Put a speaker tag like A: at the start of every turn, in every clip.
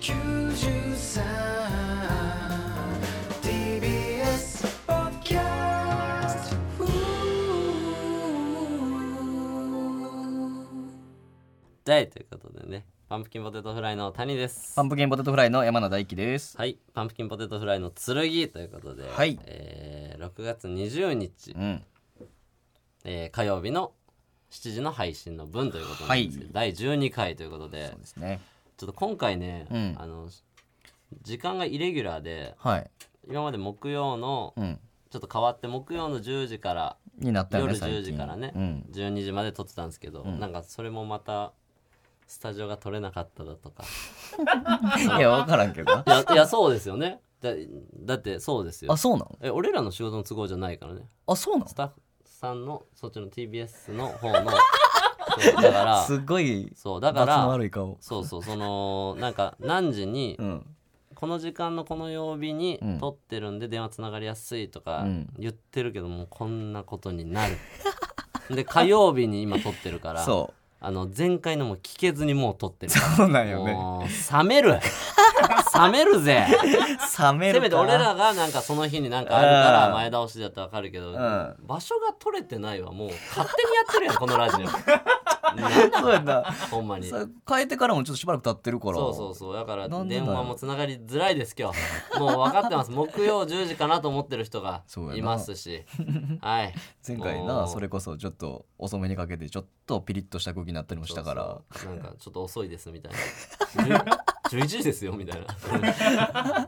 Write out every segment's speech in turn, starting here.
A: 93 TBS ポッドキャスト
B: はいということでねパンプキンポテトフライの谷です
C: パンプキンポテトフライの山名大輝です。
B: はいパンプキンポテトフライの剣ということで、
C: はい
B: えー6月20日、
C: うん。
B: えー火曜日の7時の配信の分ということなんですけど、第12回ということで
C: そうですね。
B: ちょっと今回ね、
C: うん
B: あの時間がイレギュラーで
C: はい。
B: 今まで木曜の、
C: うん。
B: ちょっと変わって木曜の10時から
C: になったよね、
B: 夜
C: 最
B: 10
C: 近。
B: 時からね、
C: うん。
B: 12時まで撮ってたんですけど、なんかそれもまたスタジオが撮れなかっただとか。
C: いや、わからんけどな
B: いやいやそうですよねだだってそうですよ
C: あ、そうなの
B: え俺らの仕事の都合じゃないからね
C: あ、そうなの
B: スタッフさんのそっちの TBS の方のそうだから
C: すっごい、
B: そうだか
C: 罰の
B: ら
C: 悪い顔。
B: そうそうそのなんか何時に
C: うん。
B: この時間のこの曜日に
C: うん
B: 撮ってるんで電話つながりやすいとか
C: うん
B: 言ってるけどもうこんなことになるで火曜日に今撮ってるから
C: そ
B: あの前回のも聞けずにもう撮ってる
C: う。そうなんよね。
B: もう冷める冷めるぜ
C: 冷め
B: せ
C: るか。
B: めて俺らがなんかその日になんかあるか
C: う
B: ら
C: ん
B: 前倒しだったらわかるけど、
C: ん
B: 場所が取れてないわもう勝手にやってるやんこのラジ
C: そうやんな。
B: オほんまに
C: さ変えてからもちょっとしばらく経ってるから。
B: そうそうそうだから
C: なんでだ
B: 電
C: よ
B: 話もつながりづらいです今日もう分かってます木曜10時かなと思ってる人が
C: そうやない
B: ますしはい
C: 前回
B: も
C: な、
B: う
C: それこそちょっと遅めにかけて、ちょっとピリッとした空気になったりもしたから。
B: そうそうなんかちょっと遅いですみたいな じゅ11時ですよみたいな、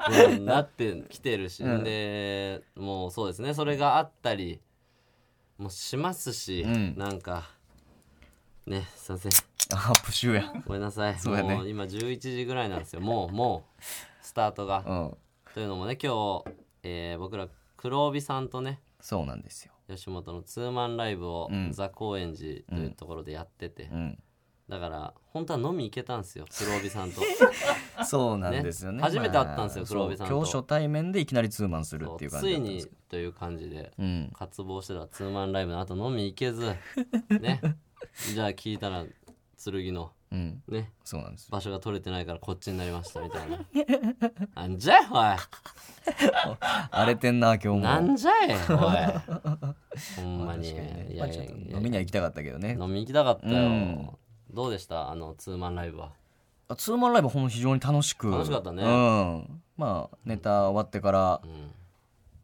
B: うんなってきてるし、
C: うん
B: でもうそうですねそれがあったりもしますし、
C: うん
B: なんかねすいません
C: あ、プシューやん。
B: ごめんなさい
C: そうやね
B: もう今11時ぐらいなんですよもうもうスタートが、
C: うん。
B: というのもね今日、えー僕ら黒帯さんとね
C: そうなんですよ。
B: 吉本のツーマンライブを、
C: うん
B: ザ・高円寺というところでやってて、
C: うん。
B: だから本当は飲み行けたん ですよ黒帯さんと。
C: そうなんですよね。
B: ね初めて会ったんですよ
C: まあ
B: 黒帯さんと
C: そう今日初対面でいきなりツーマンするっていう感
B: つ
C: じ
B: い
C: だったんです
B: に
C: けど。
B: という感じで
C: うん。
B: 渇望してたツーマンライブの後飲み行けず ねじゃあ聞いたら剣の
C: うん、
B: ね
C: そうなんですよ。
B: 場所が取れてないからこっちになりましたみ たいななんじゃいお
C: 荒れてんな、今日
B: いな
C: も。
B: んじゃいおいほんまに
C: 確かにね
B: いや
C: まあ
B: い
C: ちょ
B: や
C: っと
B: いや
C: 飲みには行きたかったけどね。
B: 飲み行きたかった
C: うん
B: よどうでしたあのツーマンライブは
C: あツーマンライブほんま非常に楽しく。
B: 楽しかったね
C: うん。まあ、ネタ終わってから
B: う、ん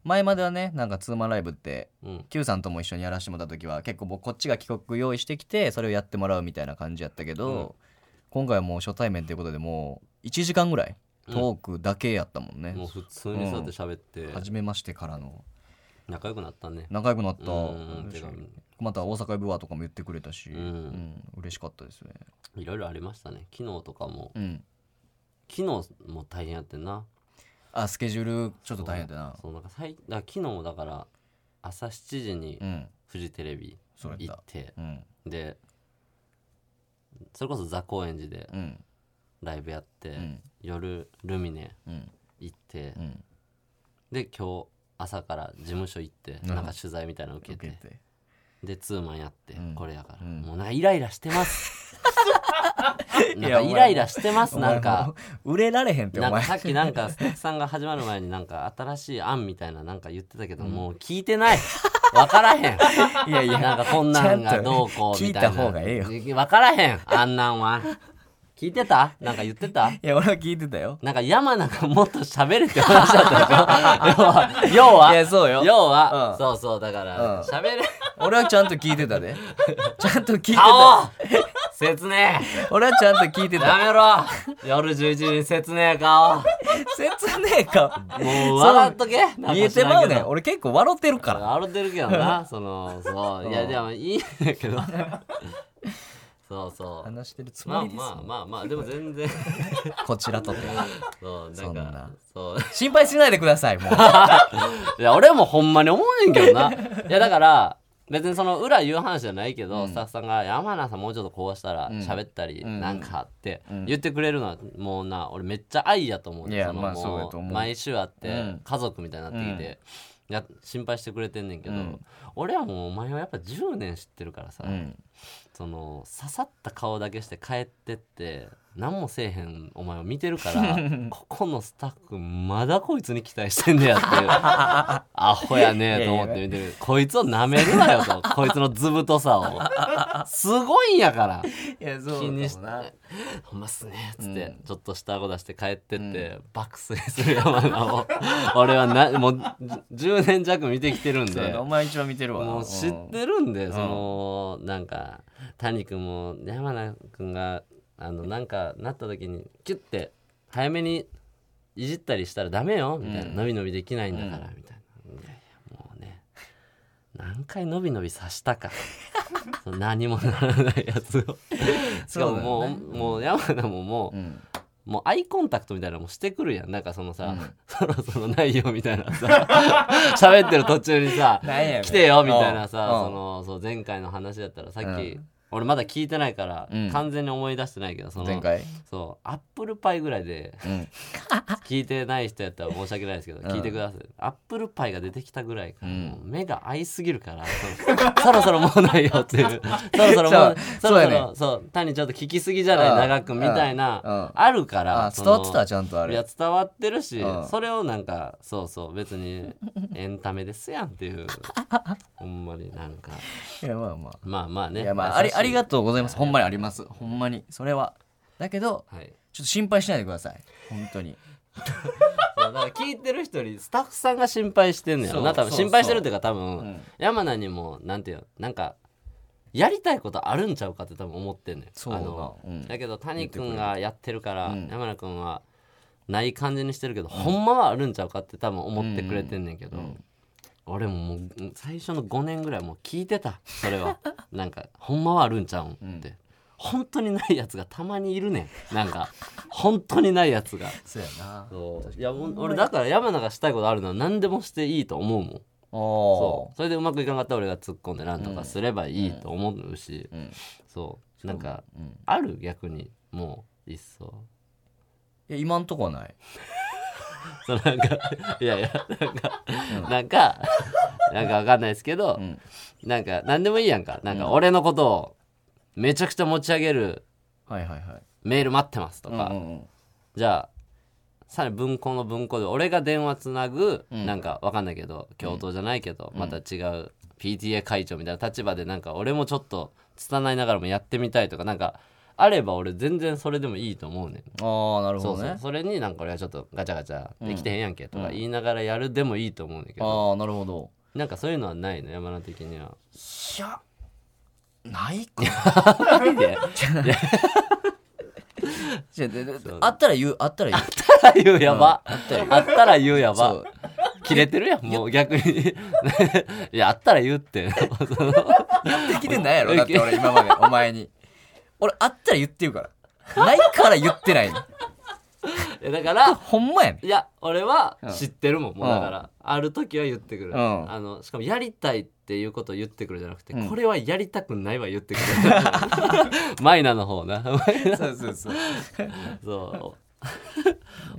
C: 前まではね、なんかツーマンライブって、
B: うん
C: Q さんとも一緒にやらせてもらった時は、結構僕こっちが帰国用意してきて、それをやってもらうみたいな感じやったけど、今回はもう初対面ということでもう、1時間ぐらい、トークだけやったもんね。
B: もう普通にそうやって喋って
C: 初めましてからの
B: 仲良くなったね
C: 仲良くなった
B: うんてか
C: また大阪ブワーとかも言ってくれたし、
B: うん
C: うん嬉しかったですね
B: いろいろありましたね昨日とかも
C: うん
B: 昨日も大変やってんな
C: あスケジュールちょっと大変だな
B: そうなんか最だから昨日もだから朝7時に
C: うん
B: フジテレビ
C: そうや
B: 行
C: っ
B: ったて
C: うん
B: でそれこそ座高円寺で
C: うん
B: ライブやって、
C: ん
B: 夜ルミネ
C: うん
B: 行って、
C: うん
B: で今日朝から事務所行って、
C: うん
B: なんか取材みたいなの受け
C: 受
B: て、
C: けて
B: でツーマンやって、
C: うん
B: これやから、
C: うん
B: もうなんかイライラしてますなん
C: い
B: か
C: や
B: イライラしてます
C: お
B: な
C: 前
B: んか
C: もう売れられへんってお
B: なんか
C: 前
B: さっきなんかスタッフさんが始まる前になんか新しい案みたいななんか言ってたけど、もう聞いてないわからへ ん
C: いやいや
B: なんかこんなん
C: ち
B: が
C: ゃんと
B: どうこうみたいな
C: 聞いた方がええ
B: わからへんあんなんは聞いてたなんか言ってた
C: いや俺は聞いてたよ
B: なんか山名がもっと喋れって話だったでしょ要は要はい
C: やそうよ
B: 要は、
C: うん
B: そうそうだから
C: うん
B: 喋、 れ
C: 俺はちゃんと聞い てたでちゃんと聞いてた
B: 顔説明
C: 俺はちゃんと聞いて
B: や
C: た
B: めろ夜11時に説明顔
C: 説明か
B: もう笑っとけなんか知らんけど
C: 見えてまうねん俺結構笑ってるから
B: 笑ってるけど なそのそういやでもいいんだけどそうそう
C: 話してるつ
B: ま
C: も
B: あ
C: りです
B: まあまあまあでも全 然
C: こちらとて
B: そうな
C: そ
B: ん
C: ん
B: か
C: な
B: そう
C: 心配しないでくださいもう
B: いや俺もほんまに思うねんけど ないやだから別にその裏言う話じゃないけど、スタッフさんが「山名さんもうちょっとこうしたら喋ったり
C: うん
B: なんか」って
C: ん
B: 言ってくれるのはもうな俺めっちゃ愛やと思うね
C: いや
B: の
C: まあ
B: も
C: そうやと思う
B: 毎週会っ
C: う
B: て
C: ん
B: 家族みたいになってきて、や心配してくれてんねんけど、
C: うん
B: 俺はもうお前はやっぱ10年知ってるからさ、
C: うん
B: その刺さった顔だけして帰ってって何もせえへんお前を見てるから ここのスタッフまだこいつに期待してんねやって いうアホやねと思って見てるこいつを舐めるなよとこいつの図太さをすごいんやから
C: いやそ
B: 気にし
C: か
B: て
C: もな
B: 「ほんまっすね」っつって、
C: うん
B: ちょっとした顎出して帰ってって、爆睡する山名を俺はなもうじ10年弱見てきてるん
C: そうや
B: で
C: なお。前一番見てるわな
B: もう知ってるんで、そのなんか谷君も山名君があのなんかなった時にキュッて早めにいじったりしたらダメよみたいな、
C: うん
B: 伸び伸びできないんだから、みたいないやいやもうね何回伸び伸びさしたか その何もならないや つをしかももう,、
C: そうだよ
B: もう山名ももう、
C: うんうん
B: もうアイコンタクトみたいなのもしてくるやんなんかそのさ、
C: うん
B: そろそろないよみたいなさ 喋ってる途中にさ
C: なんやねん
B: 来てよみたいなさ
C: うん
B: そのそう前回の話だったらさっき、
C: うん
B: 俺まだ聞いてないから、
C: うん
B: 完全に思い出してないけどその
C: 前回
B: そうアップルパイぐらいで
C: うん
B: 聞いてない人やったら申し訳ないですけど、聞いてくださいアップルパイが出てきたぐらいから、
C: うん
B: もう目が合いすぎるから そのそろそろもうないよっていう そろそろもうそろそう
C: そうそやね
B: ろそう谷ちょっと聞きすぎじゃない
C: うん
B: 長くみたいな、
C: うん
B: あるから
C: あ
B: そ
C: 伝
B: の
C: わってたちゃんとあ
B: いや
C: れ
B: 伝わってるし、
C: うん
B: それをなんかそうそう別にエンタメですやんっていう ほんまになんか
C: いやまあまあ
B: まあまあね
C: いやまあありありが
B: と
C: とうございますほんまにありますほんまにそれはだけど
B: う、はい、
C: ちょっと心配しないでください本当に
B: そうだから聞いてる人にスタッフさんが心配してんのよな
C: そ
B: 多
C: う
B: 分
C: そう
B: 心配してるっていうか多分、
C: うん
B: 山名にもなんていうのなんかやりたいことあるんちゃうかって多分思ってんねん
C: そう
B: あ
C: だな
B: の、
C: うん
B: だけど谷君がやってるから、
C: うん
B: 山名君はない感じにしてるけど、ほんまはあるんちゃうかって多分思ってくれてんねんけど、俺ももううん最初の5年ぐらいもう聞いてたそれは なんかほんまはあるんちゃうんって、
C: うん
B: 本当にないやつがたまにいるねんなんか本当にないやつが
C: そうやな
B: そういやお俺だから山名がしたいことあるのは何でもしていいと思うもんそ
C: お
B: うそれでうまくいかなかったら俺が突っ込んでなんとかすればいいと思うし、
C: んうん
B: そうなんか
C: ーうん
B: ある逆にもういっそ
C: いや今んとこはない
B: そうなんかいやいやなんか、なんかなんかわかんないですけど、
C: ん
B: なんか何でもいいやんかなんか俺のことをめちゃくちゃ持ち上げる
C: はいはいはい
B: メール待ってますとか、
C: うんうんうん
B: じゃあさらに文庫の文庫で俺が電話つなぐ、なんかわかんないけど教頭じゃないけど、また違う PTA 会長みたいな立場でなんか俺もちょっと拙いながらもやってみたいとかなんかあれば俺全然それでもいいと思うねん
C: ああなる
B: そ
C: ほ
B: う
C: ど
B: そう
C: ね
B: それになんか俺はちょっとガチャガチャできてへんやんけとか言いながらやるでもいいと思うんだけど、
C: ああなるほど
B: なんかそういうのはないの山田的には。
C: いやないか
B: ないで
C: 違うででであったら言うあったら言う
B: あったら言うやば、
C: あったら
B: あったら言うやば
C: そう
B: 切れてるやんもう逆に いやあったら言うって
C: 言ってきてないやろだって俺今 までお前に俺あったら言ってるからないから言ってないの
B: いやだから
C: ほんまやねん
B: いや俺は知ってるもん、もうだから、ある時は言ってくる、
C: ん
B: あのしかもやりたいっていうことを言ってくるじゃなくて、
C: うん
B: これはやりたくないは言 ってくるマイナの方なマイナ
C: そうそうそう
B: そう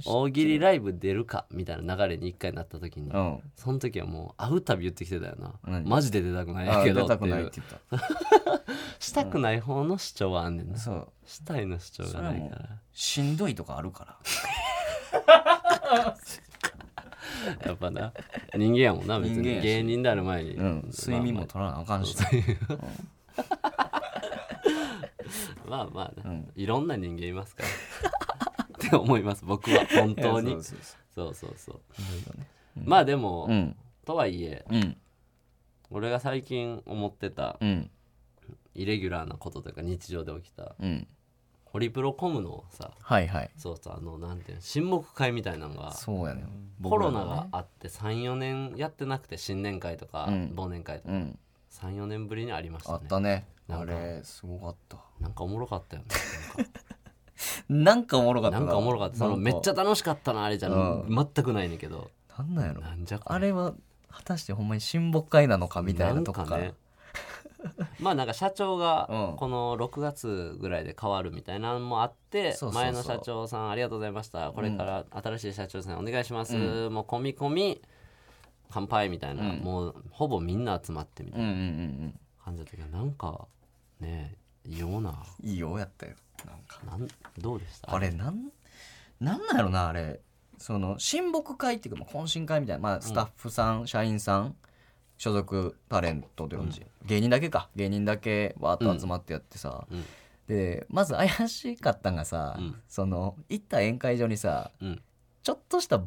B: 大喜利ライブ出るかみたいな流れに一回なった時に、
C: うん
B: その時はもう会うたび言ってきてたよな、
C: 何
B: マジで出たくないん
C: あ
B: や
C: あ
B: け
C: 出
B: ど
C: た
B: って
C: く
B: い
C: ないっ
B: う
C: て言っ
B: したくない方の主張はあんねんな
C: たそう
B: したいの主張がないから
C: しんどいとかあるから
B: やっぱな人間やもんな別
C: 人間
B: に
C: やし
B: 芸人である前に、
C: うん、睡眠も取らなあかんし、
B: まあまあ、ねいろんな人間いますからって思います僕は本当に
C: いやそうそう
B: そうそうそう
C: そう
B: まあでも、
C: うん
B: とはいえ
C: うん
B: 俺が最近思ってた
C: うん
B: イレギュラーなことというか日常で起きた
C: うん
B: ホリプロコムのさ
C: はいはい
B: そうそうあのなんていうの親睦会みたいなのが
C: そうやね
B: コロナがあって34年やってなくて新年会とか、
C: うん
B: 忘年会とか
C: うん
B: 34年ぶりにありました
C: あっ
B: ね
C: たね
B: な
C: あ
B: んか
C: れすごかった
B: なんかおもろかったよね
C: なんかおもろか
B: なん
C: った
B: かなんかおもろかったそのめっちゃ楽しかったなあれじゃ、
C: うん
B: 全くないねんけど
C: なんなんやろ
B: なんじゃこれ
C: あれは果たしてほんまに親睦会なのかみたいなとこ
B: んか
C: から
B: ねまあなんか社長が
C: うん
B: この6月ぐらいで変わるみたいなのもあって
C: そうそうそう
B: 前の社長さんありがとうございましたこれから新しい社長さんお願いします
C: う
B: もう込み込み乾杯みたいな
C: うん
B: もうほぼみんな集まってみた
C: う
B: い
C: ん
B: な
C: うんうん
B: 感じだったけどなんかねいいよない
C: いよやったよなんか
B: なんどうでした
C: あれなんなんなんやろなあれその親睦会っていうかまあ懇親会みたいな、まあ、スタッフさん、社員さん所属タレントって感じ、芸人だけか芸人だけわーっと集まってやってさ、
B: うん
C: でまず怪しかったんがさ、
B: うん
C: その行った宴会場にさ
B: うん
C: ちょっとした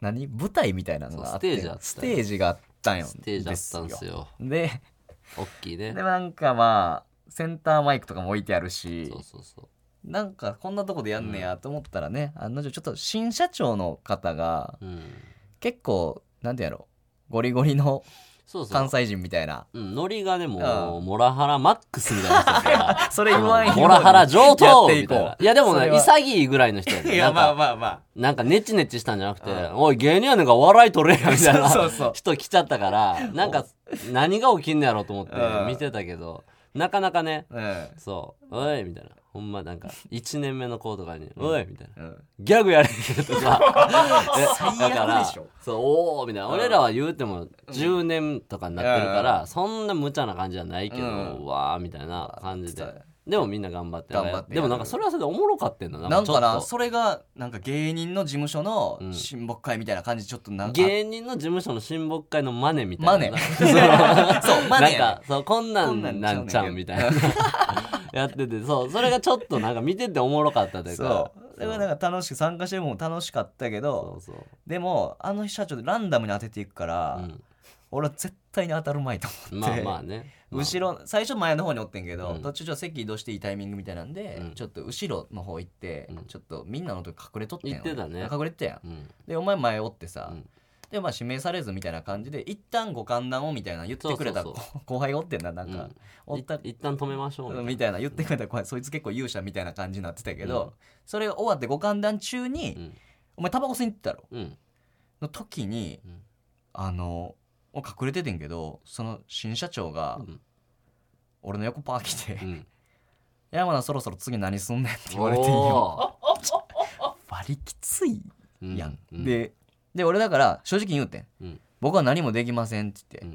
C: 何舞台みたいなのがあって
B: そうス
C: ス
B: テージあったよ
C: テージがあったんよ
B: ステージだったんです
C: よ
B: よ
C: で
B: 大きいね
C: でもなんかまあセンターマイクとかも置いてあるし
B: そうそうそう
C: なんかこんなとこでやんねやと思ったらね、あのちょっと新社長の方が
B: うん
C: 結構なんてやろうゴリゴリの
B: そうそう
C: 関西人みたいな
B: うん、ノリがでも、
C: う
B: モラハラマックスみたいな人だから
C: それ言わんように
B: モラハラ上
C: やっ
B: 等
C: て
B: み
C: い
B: たい
C: こ
B: な。
C: う
B: いやでも
C: そ
B: ね、
C: れは
B: 潔いぐらいの人やで。
C: い
B: な
C: や
B: ん
C: まあ
B: か、
C: まあまあ
B: なんかネチネチしたんじゃなくて、おい、芸人やねんから笑い取れや、みたいな
C: そうそうそう
B: 人来ちゃったから、なんか、何が起きんのやろうと思って
C: うん
B: 見てたけど、なかなかね、
C: うん
B: そう、おい、みたいな。ほんまなん か、1年目の子とかに、おい、みたいな。
C: うん
B: ギャグやれとか え
C: 最悪でしょ
B: そうおおみたいな俺らは言うても10年とかになってるから、そんな無茶な感じじゃないけど、
C: うん
B: うわーみたいな感じで
C: わーって
B: でもみんな頑張って
C: 頑張って
B: でもなんかそれはそれでおもろかってんだ
C: なんかな
B: ちょっ
C: それがなんか芸人の事務所の
B: うん
C: 親睦会みたいな感じでちょっとなん
B: と
C: か
B: 芸人の事務所の親睦会のマネみたいな
C: マネ そうマネ
B: なんかそうこんな
C: こんなんんちゃうねん
B: なんちゃうみたいな やっててそうそれがちょっとなんか見てておもろかったという
C: そ
B: か
C: うでもなんか楽しく参加してるもん楽しかったけ
B: そ
C: ど
B: うそう
C: でもあの社長でランダムに当てていくから、
B: うん
C: 俺は絶対に当たるまいと思っ
B: まあ
C: て、
B: まあねまあ
C: 後ろ最初前の方におってんけど、
B: うん
C: 途中ちょっと席移動していいタイミングみたいなんで、
B: うん
C: ちょっと後ろの方行って、
B: うん
C: ちょっとみんなのとこ隠れとってん
B: 行ってたね
C: 俺隠れてたやん
B: うん
C: でお前前おってさ、
B: うん
C: でまあ指名されずみたいな感じで一旦ご歓談をみたいな言ってくれた
B: そうそう
C: こ 後輩がおってんななんか、お
B: い
C: った
B: 一旦止めましょうみたいな
C: みたいな言ってくれた後輩そいつ結構勇者みたいな感じになってたけど、
B: うん
C: それが終わってご歓談中に、
B: うん
C: お前タバコ吸いに行ってたろ
B: うん
C: の時に、
B: うん
C: あのもう隠れててんけどその新社長が
B: うん
C: 俺の横パー来て「
B: うん
C: 山田そろそろ次何すんねん」って言われてんよ
B: お
C: 割りきつ い
B: ー
C: やん、
B: うん
C: でで俺だから正直に言うてん、
B: うん
C: 僕は何もできませんって
B: う
C: 言っ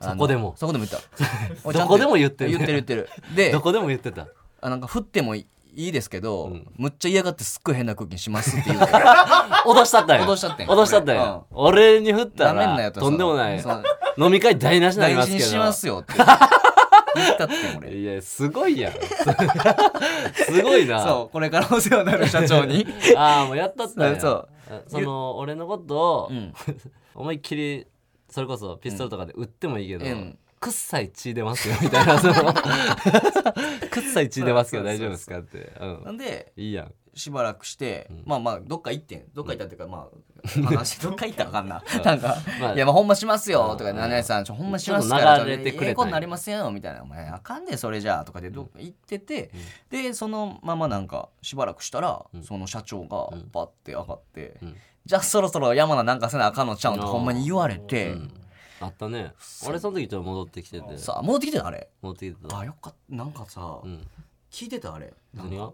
C: て、
B: ん
C: あの
B: そこでも
C: そこで も言ったおいちゃ
B: ど
C: んと
B: こでも言って
C: 言ってる言
B: る
C: ってるで
B: どこでも言ってた
C: あなんか降ってもいいですけど、
B: うん
C: むっちゃ嫌がってすっごい変な空気にしますって言うから
B: 脅したったんや
C: 脅したったんや
B: 脅したったんや俺に振った
C: ダメんな
B: ら
C: よと
B: とんでもない
C: そう
B: 飲み会台無しになり
C: 大
B: ます
C: 事
B: け
C: に
B: ど
C: しますよって言ったってん俺
B: いやすごいやん すごいな
C: そう、これからお世話になる社長に。
B: ああもうやったったんや
C: そう
B: その俺のことを
C: うん。
B: 思いっきりそれこそピストルとかで撃ってもいいけど、
C: うん
B: くっさい血出ますよみたいなその くっさい血出ますけど大丈夫ですかって、う、
C: なんんで、
B: いいやん
C: しばらくして、
B: ん
C: まあまあ、どっか行ってん。どっか行ったっていうか、まあ、話、どっか行ったらあか んな。なんか、
B: まあ
C: いや、まあ、ほんまします
B: うん
C: よ、とか、何々さん、ちょほんましますか
B: ちょ
C: ら、
B: っと流れてくれたんや
C: ええことになりませんよ、みたいな。お前、あかんで、それじゃあ、とかで、どっか行ってて、で、そのままなんか、しばらくしたら、その社長が、バッて上がって
B: うん、
C: じゃあ、そろそろ山名なんかせなあかんのちゃうんって、ほんまに言われて、
B: あったね俺その時ちょっと戻ってきてて
C: さあ、戻ってきてたあれ。
B: 戻ってきてた
C: あ、よかった。なんかさ
B: う、ん
C: 聞いてたあれ。なんか
B: 何が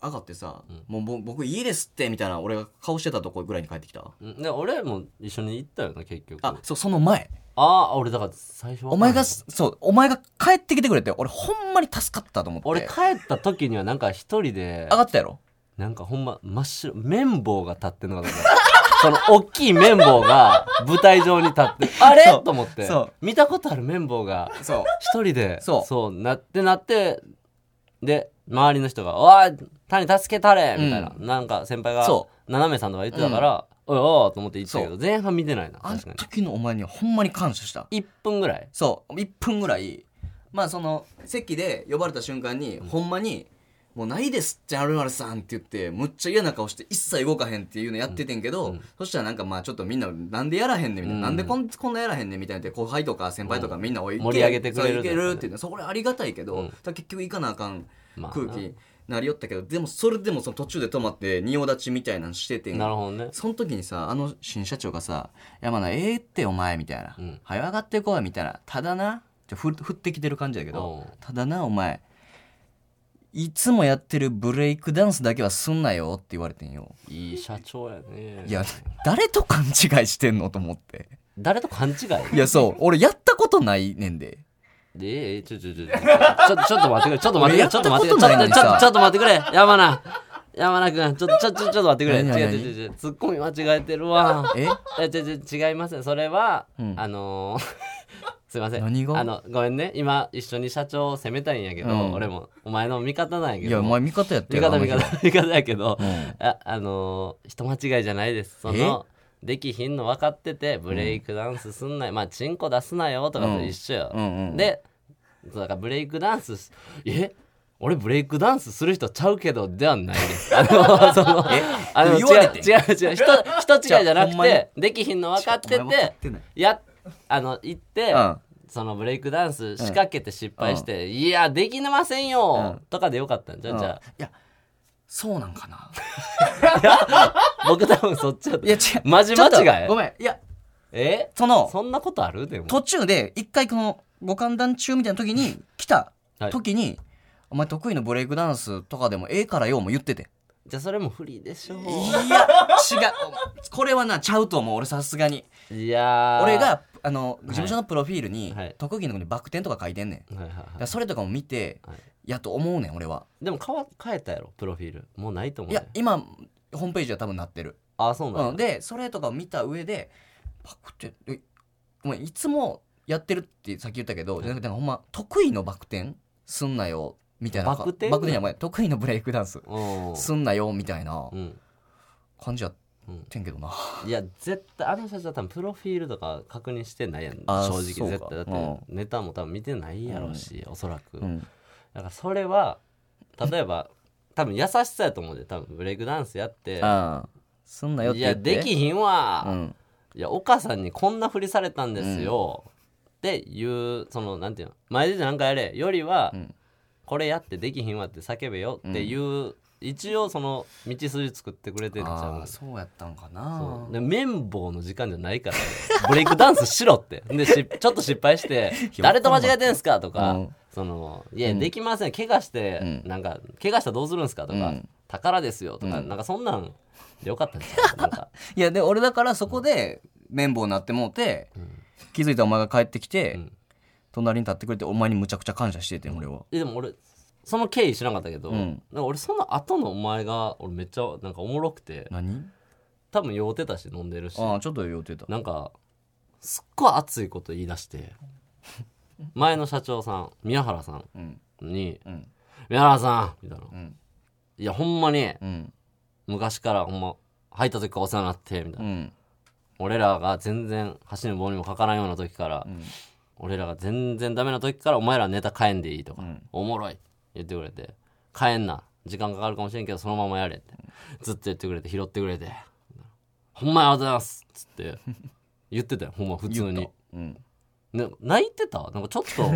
C: 上がってさ、
B: ん
C: もうぼ僕いいですってみたいな俺が顔してたとこぐらいに帰ってきた
B: うんで俺も一緒に行ったよな結局
C: あ
B: あ
C: そうその前
B: あー俺だから最初わか
C: お
B: んな
C: 前
B: い
C: がそうお前が帰ってきてくれて俺ほんまに助かったと思って
B: 俺帰った時にはなんか一人で
C: 上がってたやろ
B: なんかほんま真っ白綿棒が立ってんのかと思った その大きい綿棒が舞台上に立 ってあれ
C: そう
B: と思って
C: そう
B: 見たことある綿棒が
C: そう
B: 一人で
C: そう
B: なってなってで周りの人が「おい谷助けたれ」みたいな、なんか先輩が
C: そ
B: 斜めさんとか言ってたから「おいおい」と思って行ったけど前半見てないな
C: あの
B: 確かに
C: 時のお前にはほんまに感謝した
B: 1分ぐらい
C: そう1分ぐらいまあその席で呼ばれた瞬間に、ほんまに「もうないですってあるあるさん」って言ってむっちゃ嫌な顔して一切動かへんっていうのやっててんけど、そしたらなんかまあちょっとみんな「なんでやらへんねん」みたいな
B: う
C: 「
B: ん
C: なんでこんこんなやらへんねん」みたいなって後輩とか先輩とかみんな「おい行け
B: 盛り上げてくれる
C: そういけ
B: とか
C: る」
B: ね
C: って言ってそこれありがたいけど、
B: うん
C: だから結局行かなあかん
B: まあ
C: 空気になりよったけど、でもそれでもその途中で止まって仁王立ちみたいなのしててん
B: なるほどね
C: その時にさあの新社長がさ「山名ええってお前」みたいな
B: うん
C: 「はい上がってこい」みたいな「ただな」ってふ降ってきてる感じだけど
B: うん
C: 「ただなお前いつもやってるブレイクダンスだけはすんなよ」って言われてんよ。
B: いい社長やね
C: いや誰と勘違いしてんのと思って
B: 誰と勘違い
C: いやそう俺やったことないねんで
B: で、えちょ、ちょ、ちょ、ちょ、ちょ、ちょっと待ってくれ、ちょっと待ってくれ、ちょっと待ってくれ、ちょっと、ち
C: 俺やったことないのに
B: ょ
C: さ
B: ちょっと待ってくれ、山名。山名くん、ちょ、ちょ、ちょ、ちょっと待ってくれ。違う
C: 何
B: 違
C: 何
B: う違う違う、ツッコミ間違えてるわ。
C: え
B: え、ちょ、ちょ、違いますね。それは、
C: ん
B: あのー、 すいません。
C: 何が
B: あの、ごめんね。今、一緒に社長を責めたいんやけ
C: うん
B: ど、俺も、お前の味方なんやけ
C: いや
B: ど。
C: お前味方やって
B: 味方味
C: あの人
B: 方味方やけど、
C: ん
B: ああのー人間違いじゃないですそのできひんの分かっててブレイクダンスすんなよ、まあチンコ出すなよとかと一緒よ、
C: うんうんうん
B: でそうだからブレイクダンスしえ俺ブレイクダンスする人ちゃうけどではない です。あのそのあの
C: 言われて
B: 違う違う違う人 人違いじゃな
C: じゃあほ
B: く
C: んまに
B: てできひんの分かって
C: ちょお前分か
B: て
C: ってない
B: やあの行って、
C: うん
B: そのブレイクダンス仕掛けて失敗して、いやできませんよ、とかでよかったんじゃ、うじゃあ
C: いやそうなんかな
B: 僕多分そっちだと
C: いや違う
B: マジ
C: ちょっと
B: 間違い
C: ごめんいや
B: え
C: その
B: そんなことあるでも
C: 途中で一回このご歓談中みたいな時に来た時に、お前得意のブレイクダンスとかでもええからよも言ってて
B: じゃあそれも不利でしょ
C: いや違うこれはなちゃうと思う俺さすがに
B: ういやー
C: 俺があの事務所のプロフィールに、
B: はい
C: 特技のとこにバク転とか書いてんねん、だ
B: はいはいは
C: からそれとかも見て、
B: はい
C: やと思うねん俺はい
B: でも変わ変えたやろプロフィールもうないと思う
C: い
B: ね
C: や今ホームページは多分なってる、
B: あそうなん
C: う
B: だ、
C: ん、でそれとかを見た上でバク転えお前いつもやってるってさっき言ったけど、じゃなくてなんかほんま得意のバク転すんなよみたいな
B: バク転
C: バク転じゃない得意のブレイクダンス
B: うん
C: すんなよみたいな
B: うん
C: 感じやっ
B: うん
C: てんけどな、
B: いや絶対あの人たちは多分プロフィールとか確認してないやん正
C: あ
B: 直
C: そうか
B: 絶対だって
C: うん
B: ネタも多分見てないやろうし、おそらく、
C: うん
B: だからそれは例えば多分優しさやと思うで多分ブレイクダンスやって
C: ああすんなよっ
B: い
C: て言
B: や
C: って
B: できひんわ、
C: うん
B: いや、岡さんにこんなふりされたんですよ。っていう、その、なんていうの、前でなんかやれよりは、
C: うん
B: これやってできひんわって叫べよっていう、一応その道筋作ってくれてるんちゃ
C: あ
B: う
C: あそうやったんかな
B: そうで綿棒の時間じゃないからねブレイクダンスしろってでしちょっと失敗 して「誰と間違えてんすか?」とか「
C: うん
B: そのいやできません怪我して、
C: うん
B: なんか怪我したらどうするんすか?」とか、
C: うん
B: 宝ですよ」とか、
C: うん
B: なんかそんなんでよかったんちゃうなんか
C: いやで俺だからそこで綿棒になってもうて、気づいたお前が帰ってきて、
B: ん
C: 隣に立ってくれてお前にむちゃくちゃ感謝しててん俺は
B: えでも俺その経緯知らなかったけど、
C: うん
B: なんか俺その後のお前が俺めっちゃなんかおもろくて
C: 何
B: 多分酔うてたし飲んでるし
C: ああちょっと酔ってた
B: なんかすっごい熱いこと言い出して前の社長さん宮原さん
C: うん
B: に
C: うん
B: 「宮原さん!」みたいな「
C: ん
B: いやほんまに
C: うん
B: 昔からほんま入った時からお世話になって」みたいうな、
C: ん
B: 俺らが全然橋にも棒にもかからんような時から、
C: ん
B: 俺らが全然ダメな時からお前らネタ変えんでいいとか、
C: ん
B: おもろい言ってくれて変えんな時間かかるかもしれんけどそのままやれってずっと言ってくれて拾ってくれてほんまにありがとうございますっつって言ってたよほんま普通に、
C: うん
B: ね、泣いてたなんかちょっと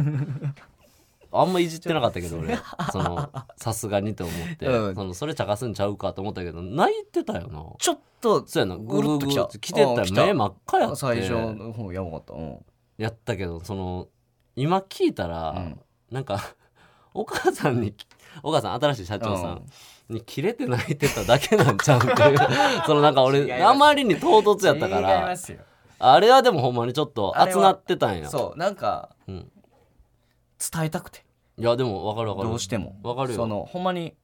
B: あんまいじってなかったけど俺そのさすがにと思って、
C: うん
B: そのそれ茶化すんちゃうかと思ったけど泣いてたよな
C: ちょっと
B: そうやな
C: ぐるっときた
B: ぐるぐる来てた
C: あ
B: よ
C: 来た
B: 目真っ赤やって
C: 最初の方やばかったうん
B: やったけどその今聞いたら、
C: うん
B: なんか お母さんにお母さん新しい社長さんにキレて泣いてただけなんちゃうっていう そのなんか
C: 違いま
B: 俺
C: す
B: あまりに唐突やったか
C: 違い
B: ら
C: ますよ
B: あれはでもほんまにちょっと
C: あれ
B: 集
C: は
B: なってたんや
C: そうなんか、
B: うん
C: 伝えたくて
B: いやでもわかるわかる
C: どうしても
B: わかるよ
C: そのほんまに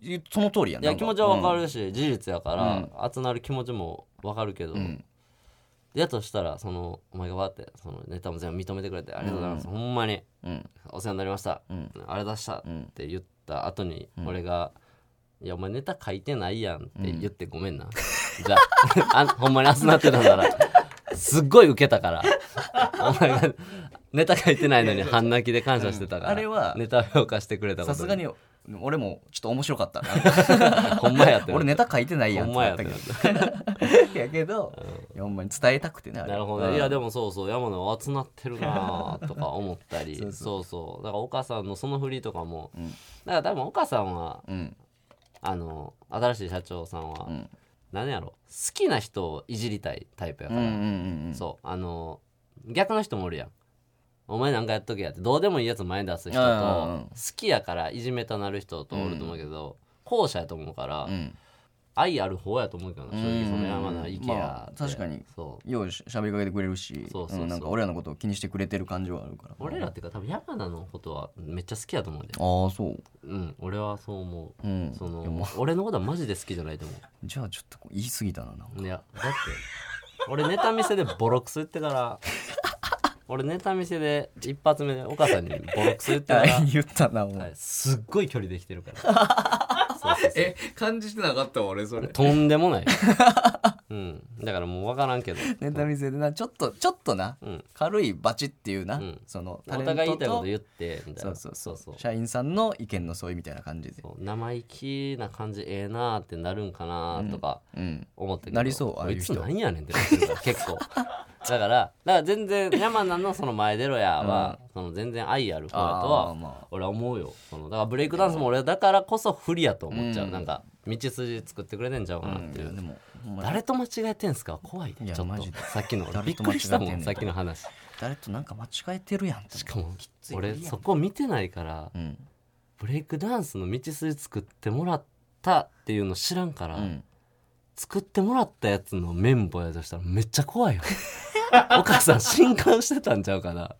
C: いその通りやん
B: い
C: な
B: や
C: ん
B: 気
C: か
B: 持ちはわか
C: うん
B: るし、事実やから、集なる気持ちもわかるけど、
C: ん
B: やとしたらそのお前がわってそのネタも全部認めてくれてありがとうございます、ほんまに
C: うん
B: お世話になりました、
C: うん
B: あれ出したっ
C: うん
B: て言った後に俺が「いやお前ネタ書いてないやん」って言ってごめんな、じゃあ あほんまにあすなってたならすっごいウケたからお前がネタ書いてないのに半泣きで感謝してたから、
C: うんあれは
B: ネタ評価してくれたこと
C: さすがに俺もちょっと面白かったなん か
B: ほんまやってな
C: 俺ネタ書いてないやん
B: ほんまやって
C: け
B: な
C: どやけど、いやほんまに伝えたくてねあれ
B: なるほどね、いやで
C: も
B: もそうそう山名は集まってるな とか思ったり
C: そう
B: そうそうだから岡さんのその振りとかも、だ
C: ん
B: から多分岡さんは
C: うん
B: あの新しい社長さんは、
C: うん
B: 何やろ好きな人をいじりたいタイプや
C: う
B: か
C: んう
B: ら、
C: んうんうん
B: そうあの逆の人もおるやんお前なんかやっとけやってどうでもいいやつ前に出す人
C: うんうんうん
B: と好きやからいじめたなる人とおると思うけど後者やと思うから
C: うん
B: 愛ある方やと思うけどな正直その山田 IKEA、
C: まあ確かに
B: そう
C: ようしゃべりかけてくれるし
B: そうそうそう
C: うんなんか俺らのことを気にしてくれてる感じはあるから
B: 俺らっていうか多分山名のことはめっちゃ好きやと思うんだよ。
C: ああそう
B: うん、俺はそう思う。
C: うん
B: そ
C: いやま
B: の俺のことはマジで好きじゃないと思
C: じゃあちょっとこう言い過ぎたななんか
B: う。いやだって俺ネタ見せでボロクソ言ってから俺ネタ見せで一発目でお母さんにボロクソ言ってから、は
C: 言ったなもう、
B: い、すっごい距離できてるから。そうそうそう
C: え感じてなかったわ俺それ
B: とんでもない。うん、だからもう分からんけど。
C: ネタ見せでなちょっとちょっとな、
B: うん
C: 軽いバチっていうな、
B: ん
C: その
B: お互い言いたいこと
C: う
B: 言ってみたい
C: そ
B: な。
C: うそうそう
B: そう
C: 社員さんの意見の相違みたいな感じで
B: そう生意気な感じええなーってなるんかなーとか
C: うん
B: 思ったけど、
C: なりそうああ
B: こ
C: い
B: いうつ
C: 人
B: なんやねんってなって るから結構だからだから全然山名のその前出ろやは、その全然愛ある方やと
C: あー
B: は
C: まあ
B: 俺は思うよそのだからブレイクダンスも俺だからこそ不利やと思っちゃう、
C: うん
B: なんか道筋作ってくれてんちゃうかなっていう、
C: でもほんまに
B: 誰と間違えてんすか怖い
C: い
B: で
C: や
B: ちょっ
C: マ
B: と
C: ジで
B: さっきの俺び
C: 誰
B: っ
C: と
B: く
C: 間違
B: り
C: え
B: してた
C: んねん
B: もんさっきの話
C: 誰となんか間違えてるやんって
B: しかも
C: つい
B: 俺
C: いいやん
B: そこ見てないから
C: うん
B: ブレイクダンスの道筋作ってもらったっていうの知らんから、
C: うん
B: 作ってもらったやつの綿棒やとしたらめっちゃ怖いよ お母さん震撼してたんちゃうかな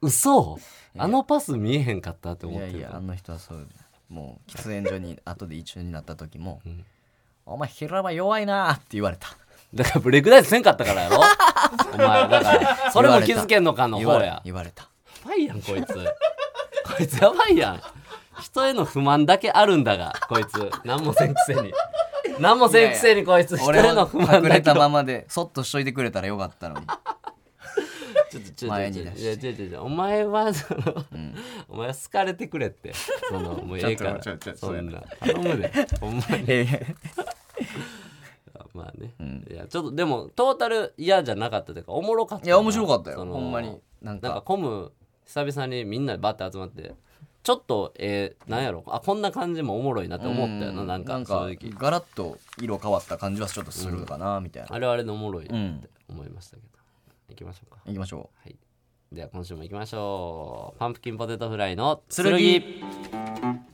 B: 嘘あのパス見えへんかったって
C: い
B: 思っ
C: や
B: てる
C: いやあの人はそうもう喫煙所に後で一緒になった時も
B: うん
C: 「お前平場弱いな」って言われた
B: だからブレイクダンスせんかったからや ろお前だからそれも気づけんのかの
C: 言
B: 方
C: われ
B: やや
C: 言われた
B: ばいやんこいつこいつやばいやん人への不満だけあるんだがこいつ何もせんくせに何もせんくせにこいつ人
C: 俺
B: への
C: は
B: 不満
C: 隠
B: だ
C: れ
B: け
C: たままでそっとしといてくれたらよかっ たのに
B: ちょっとちょっと
C: 前
B: ち
C: に
B: ょっと
C: 出して
B: いやちょっとちょっとお前はその、お前は好かれてくれってそのもうええか
C: ちょっとちょ
B: ら
C: っと
B: そんな頼むでほんまにまあね、いやちょっとでもトータル嫌じゃなかったというかおもろかった
C: い
B: な
C: や面白かったよ
B: その
C: ほんまにな
B: な
C: ん
B: んか
C: か
B: コム久々にみんなでバッて集まってちょっとえー、なんやろあこんな感じもおもろいなって思ったよななんか
C: なんか
B: 正直
C: ガラッと色変わった感じはちょっとするかなみたいな
B: あれはあれでおもろいな
C: う
B: っ
C: ん
B: て思いましたけど、行きましょうか
C: 行きましょ
B: はいでは今週も行きましょうパンプキンポテトフライの
C: 剣
B: 剣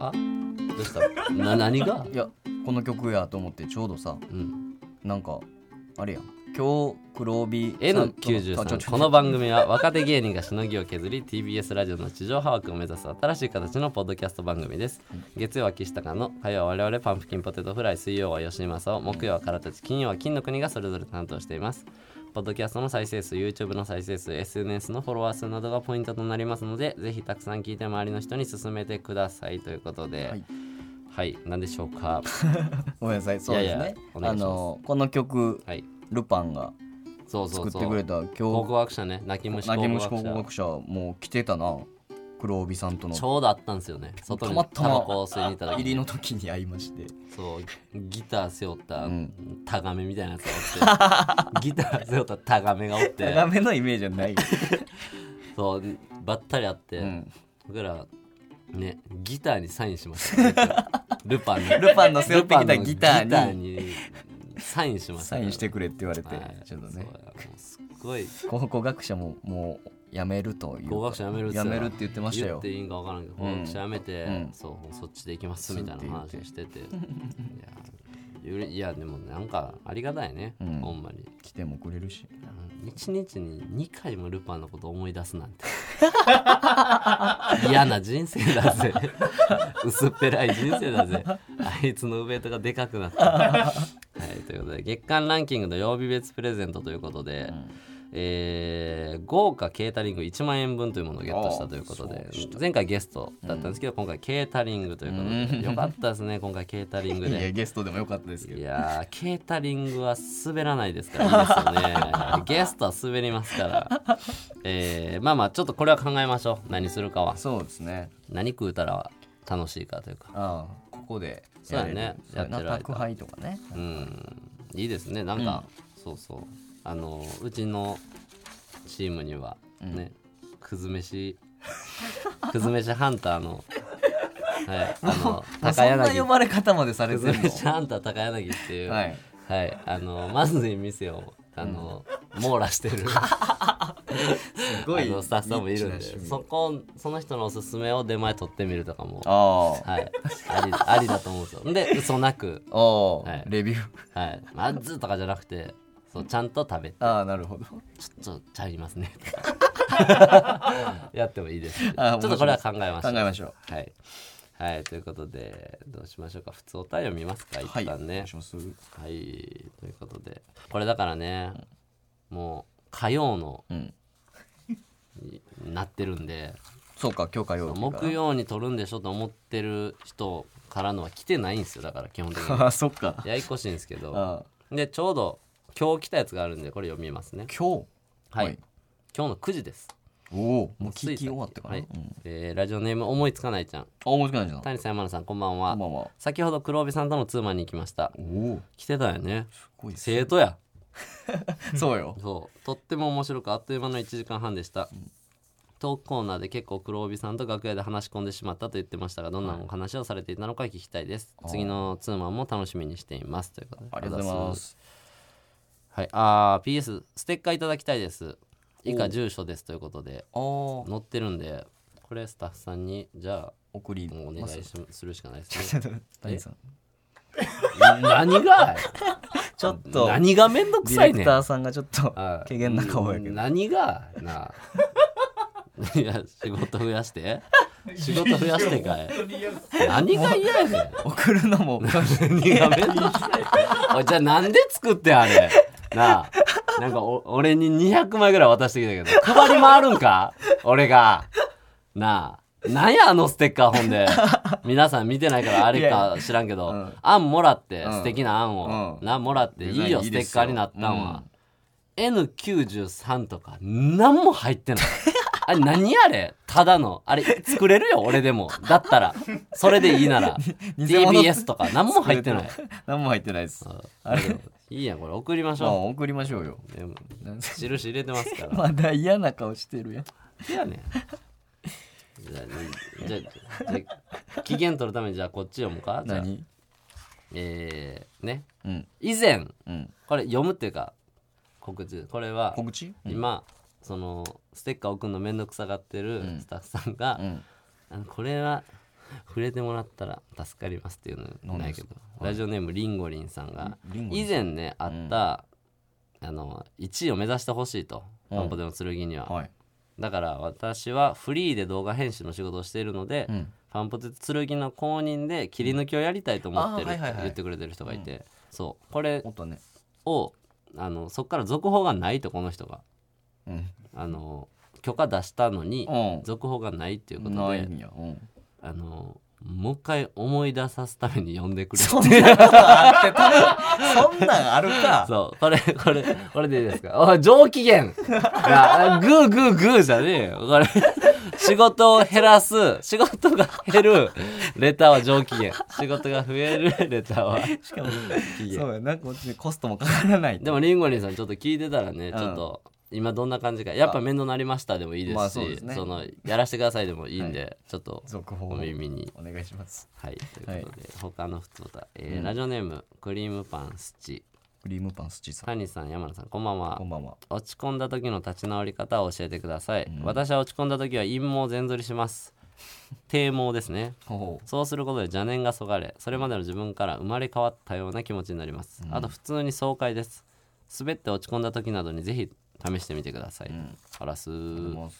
B: あどうしたな何 が
C: ういやこの曲やと思ってちょうどさ
B: うん
C: なんかあれやん今日黒帯さんとあちょち
B: N93
C: ょ
B: この番組は若手芸人がしのぎを削り TBS ラジオの地上波枠を目指す新しい形のポッドキャスト番組です月曜は岸高の火曜は我々パンプキンポテトフライ水曜は吉井正雄木曜はからたち金曜は金の国がそれぞれ担当していますポッドキャストの再生数 YouTube の再生数 SNS のフォロワー数などがポイントとなりますのでぜひたくさん聞いて周りの人に勧めてくださいということでは
C: はいい、
B: 何でしょうか
C: ごめんなさいそうです
B: いやい
C: ね
B: やお願
C: あ
B: いします
C: のこの曲
B: はい
C: ルパンが
B: そうそう
C: 作っ
B: そう
C: てくれた
B: 考
C: 今
B: 古学者ね泣き
C: 日
B: 虫考
C: 泣き
B: 古
C: 虫
B: 学
C: 考古
B: 者
C: 学者もう来てたな黒帯さんとの
B: ちょうどあったんですよね外に
C: たまたま
B: タバコを吸いに行った時
C: 入
B: に
C: りの時に会いまして
B: そうギター背負った、
C: うん
B: タガメみたいなやつがお ってギター背負ったタガメがおって
C: 長めのイメージはないよ、
B: そうばったりあって、
C: うん
B: 僕らねギターにサインしま したルパンに
C: ルパンの背負ってきたギター
B: ル
C: に
B: パンのギターにサインしました
C: サインしてくれって言われて、
B: はい
C: ちょっとね
B: そうやもうすっごい
C: 考古学者ももうやめるという
B: 合格者やめるっつ
C: や
B: な
C: めるって言ってました
B: 言
C: よ
B: っていいんか分からんけど合
C: うん
B: 格者やめて、
C: うん
B: そうもうそっちで行きますみたいな話をしてていやゆるいやでもなんかありがたいね、
C: ん
B: ほんまに
C: 来てもくれるし
B: 一日に2回もルパンのこと思い出すなんて嫌な人生だぜ薄っぺらい人生だぜあいつのウエイトがでかくなったはいということで月間ランキングの曜日別プレゼントということで、えー豪華ケータリング1万円分というものをゲットしたということ
C: ああそ
B: で
C: うでした
B: 前回ゲストだったんですけど、今回ケータリングということで、よかったですね今回ケータリング
C: い
B: で
C: やゲストでもよかったですけ
B: い
C: ど
B: やーケータリングは滑らないですからいい ですよねゲストは滑りますからえー、まあまあちょっとこれは考えましょう何するかは
C: そうですね
B: 何食うたら楽しいかというか
C: ああここで
B: そうやねや
C: やれる
B: ってる間
C: 宅配とかね
B: うんいいですねなんか、そうそうあのうちのチームにはね、くず飯くず飯ハンターのはいあの
C: あ
B: 高
C: そんな
B: 柳
C: 呼ばれ方までされ
B: くず
C: てる
B: 飯ハンター高柳っていう、
C: のはい
B: はい、あのまずい店をあの、網羅してる
C: すご
B: あ
C: い
B: のスタッフさんもいるん
C: ニッ
B: で
C: チな趣味
B: そこその人のおすすめを出前取ってみるとかも
C: ああ
B: はいありありだと思うんですよで嘘なく、
C: ああ、
B: はい
C: レビュー
B: はい、まずとかじゃなくてそうちゃんと食べて
C: ああなるほど
B: ちょっとちゃいます ねやってもいいですしち
C: あ
B: ょ
C: 面白
B: っ
C: い
B: とこれは考えまし
C: 考
B: た
C: えましょう
B: はい、はい、ということでどうしましょうか普通お便り読みますか一
C: はい
B: 旦
C: お
B: ね
C: 願いします
B: はい、ということでこれだからね、もう火曜の
C: うん
B: になってるんで
C: そうか今日火曜日か
B: 木曜に撮るんでしょと思ってる人からのは来てないんですよだから基本的 に
C: ああそっか
B: ややこしいんですけど
C: ああ
B: でちょうど今日来たやつがあるんでこれ読みますね
C: 今日
B: はい、
C: はい
B: 今日の9時です
C: おおもう聞き終わったから、
B: は
C: ね
B: い
C: うん、
B: えーラジオネーム思いつかないちゃん
C: あ面白くないじゃんこ
B: 谷さん山田さんこんばんは、
C: んばんは
B: 先ほど黒帯さんとのツーマンに行きました
C: おお
B: 来てたよね
C: すごいです
B: 生徒や
C: そうよ
B: そうとっても面白くあっという間の1時間半でした、トークコーナーで結構黒帯さんと楽屋で話し込んでしまったと言ってましたがどんなお話をされていたのか聞きたいです、次のツーマンも楽しみにしていますということで
C: ありがとうございます
B: はいあー PS ステッカーいただきたいです以下住所ですということで
C: ああ
B: 載ってるんでこれスタッフさんにじゃあ
C: 送り
B: もうお願
C: ま
B: い
C: す
B: しするしかないです ね
C: 谷さん
B: 何が
C: ちょっとデ
B: 何がめんどく
C: ィ
B: さ
C: レ
B: いね
C: ク
B: ん
C: ターさんがちょっと
B: はい
C: 軽減な顔やけど
B: 何がなあ いや仕事増や して仕事増やしてかい何が嫌やねん
C: 送るの も
B: 何がめんどくさいおいじゃあなんで作ってあれなあなんかお俺に200枚ぐらい渡してきたけど配り回るんか俺がなあなんやあのステッカーほんで皆さん見てないからあれか知らんけど、
C: うん
B: 案もらって、
C: うん
B: 素敵な案を、
C: うん
B: なもらっていいよ
C: デザインいい
B: ス
C: で
B: テ
C: すよ
B: ッカーになったんは、N93 とか何も入ってないあれ何あれただのあれ作れるよ俺でもだったらそれでいいなら
C: 偽物
B: TBS とか何も入ってない
C: 何も入ってないです
B: あ
C: あれ
B: いいやんこれ送りまし
C: まあ
B: ょ
C: 送りましょうよ
B: うでも
C: なんせ
B: 印入れてますから
C: まだ嫌な顔して るやん
B: いやねんじゃあじゃあじゃあ期限取るためにじゃあこっち読むかじゃあ
C: 何
B: えー、ね
C: うん
B: 以前
C: うん
B: これ読むっていうか告知これは
C: 告知うん
B: 今、そのステッカー送るの面倒くさがって
C: ん
B: るスタッフさんが、
C: うん
B: あのこれは触れてもらったら助かりますっていうのないけどラジオネームリンゴリンさんが
C: リンゴリン
B: 以前ねあった、あの1位を目指してほしいと「
C: うん
B: 万歩での剣」には、
C: はい
B: だから私はフリーで動画編集の仕事をしているので、
C: ん
B: パンポテ剣の公認で切り抜きをやりたいと思ってるっ
C: あーはい
B: て
C: はいはい
B: 言ってくれてる人がいて、そうこれ
C: おっとね
B: をあのそこから続報がないとこの人が
C: うん
B: あの許可出したのに
C: うん
B: 続報がないっていうこと
C: な
B: で、
C: いんやうん
B: あのもう一回思い出さすために呼んでくれ
C: そんなんあってた そんなんあるか
B: そうこれこれこれでいいですか おい上機嫌なグーグーグーじゃねえよこれ仕事を減らす仕事が減るレターは上機嫌仕事が増えるレターは
C: しかも
B: 機嫌
C: そうやなんかこっちコストもかから ない
B: でもリンゴリンさんちょっと聞いてたらね、ちょっと今どんな感じかやっぱ面倒なりましたでもいいですし、
C: まあそうですね
B: そのやらせてくださいでもいいんで、ちょっと
C: 続報
B: お
C: を
B: 耳に
C: お願いします
B: はいということで、他の普通歌、えーラジオネームクリームパンスチ
C: クリームパンスチーさん
B: 谷さん山田さんこんばんは
C: こんばんは
B: 落ち込んだ時の立ち直り方を教えてください、私は落ち込んだ時は陰毛全剃りします低毛ですね
C: ほ
B: そうすることで邪念がそがれそれまでの自分から生まれ変わったような気持ちになります、あと普通に爽快です滑って落ち込んだ時などにぜひ試してみてください、あらす
C: う
B: い
C: も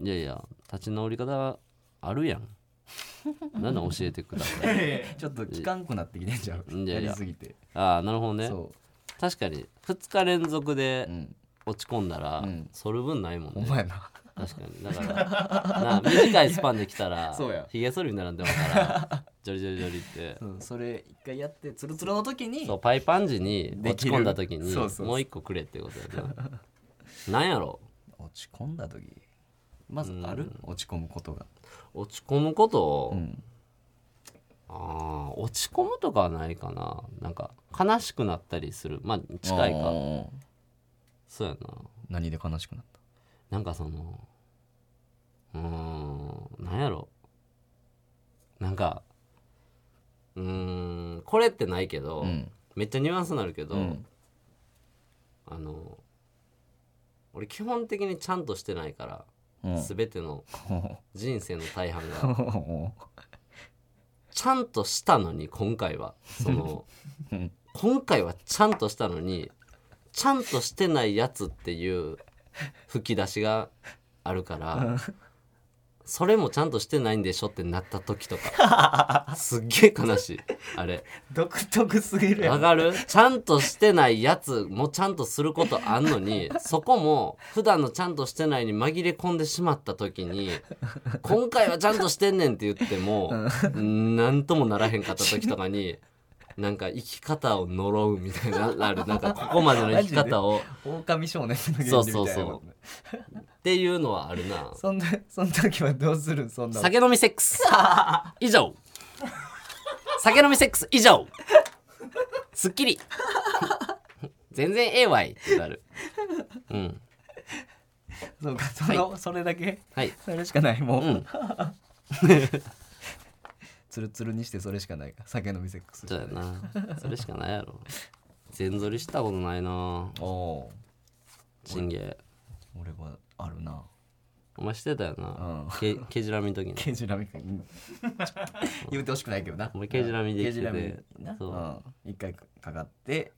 C: う
B: やいや立ち直り方あるや んなんだ教えてください
C: ちょっと聞かんくなってきてんじゃん
B: い
C: や
B: やいや
C: りすぎて
B: ああなるほどね
C: そ
B: 確かに2日連続で
C: ううん
B: 落ち込んだら、
C: うん
B: そる分ないもん
C: お
B: ね
C: 前な
B: 確かにだからなあ短いスパンできたら
C: そうや
B: ひげ剃りにならんでも からジョリジョリジョリって
C: うんそれ一回やってツルツルの時に
B: そうパイパン時に
C: で
B: 落
C: きる
B: ち込んだ時に
C: そうそうそう
B: もう一個くれってことやななんやろ
C: 落ち込んだ時まずある落ち込むことが
B: 落ち込むこと、
C: ん
B: あー落ち込むとかはないかななんか悲しくなったりするまあ近いか
C: ああ
B: そうやな
C: 何で悲しくなっ
B: なんかそのうーんなんやろなんかうーんこれってないけど、
C: たうん
B: めっちゃニュアンスになるけど、
C: うん
B: あの俺基本的にちゃんとしてないから、
D: うん
B: 全 ての人生の大半がちゃんとしたのに今回はその
D: うん
B: 今回はちゃんとしたのにちゃんとしてないやつっていう吹き出しがあるからそれもちゃんとしてないんでしょってなった時と かすっげえ悲しいあれ
C: 独特すぎるや
B: わ
C: ん
B: かるちゃんとしてないやつもちゃんとすることあんのにそこも普段のちゃんとしてないに紛れ込んでしまった時に今回はちゃんとしてんねんって言っても何ともならへんかった時とかになんか生き方を呪うみたいなあるなんかここまでの生き方をっ
C: 狼少年
B: そ
C: の原
B: う
C: 理
B: そう
C: みたいな
B: そう
C: もんね
B: ていうのはあるな
C: そんなそんな時はどうするんそんな
B: 酒飲みセックス以上酒飲みセックス以上すっきり全然ええわいってなるうん
C: そうかその、それだけ
B: はい
C: それしかないもう、
B: うん
C: ツルツルにしてそれしかないか酒飲みセックス
B: そうやなそれしかないやろ全ぞりしたことないな
C: おお
B: チンゲ
C: ー俺はあるな
B: お前してたよな、
C: う
B: けけじらみの時に
C: ケジラミ君うん言うてほしくないけどな
B: お前ケジラミで
C: ケ
B: 生きて
C: ジ
B: て
C: ラミな
B: そう
C: うん一回かかって、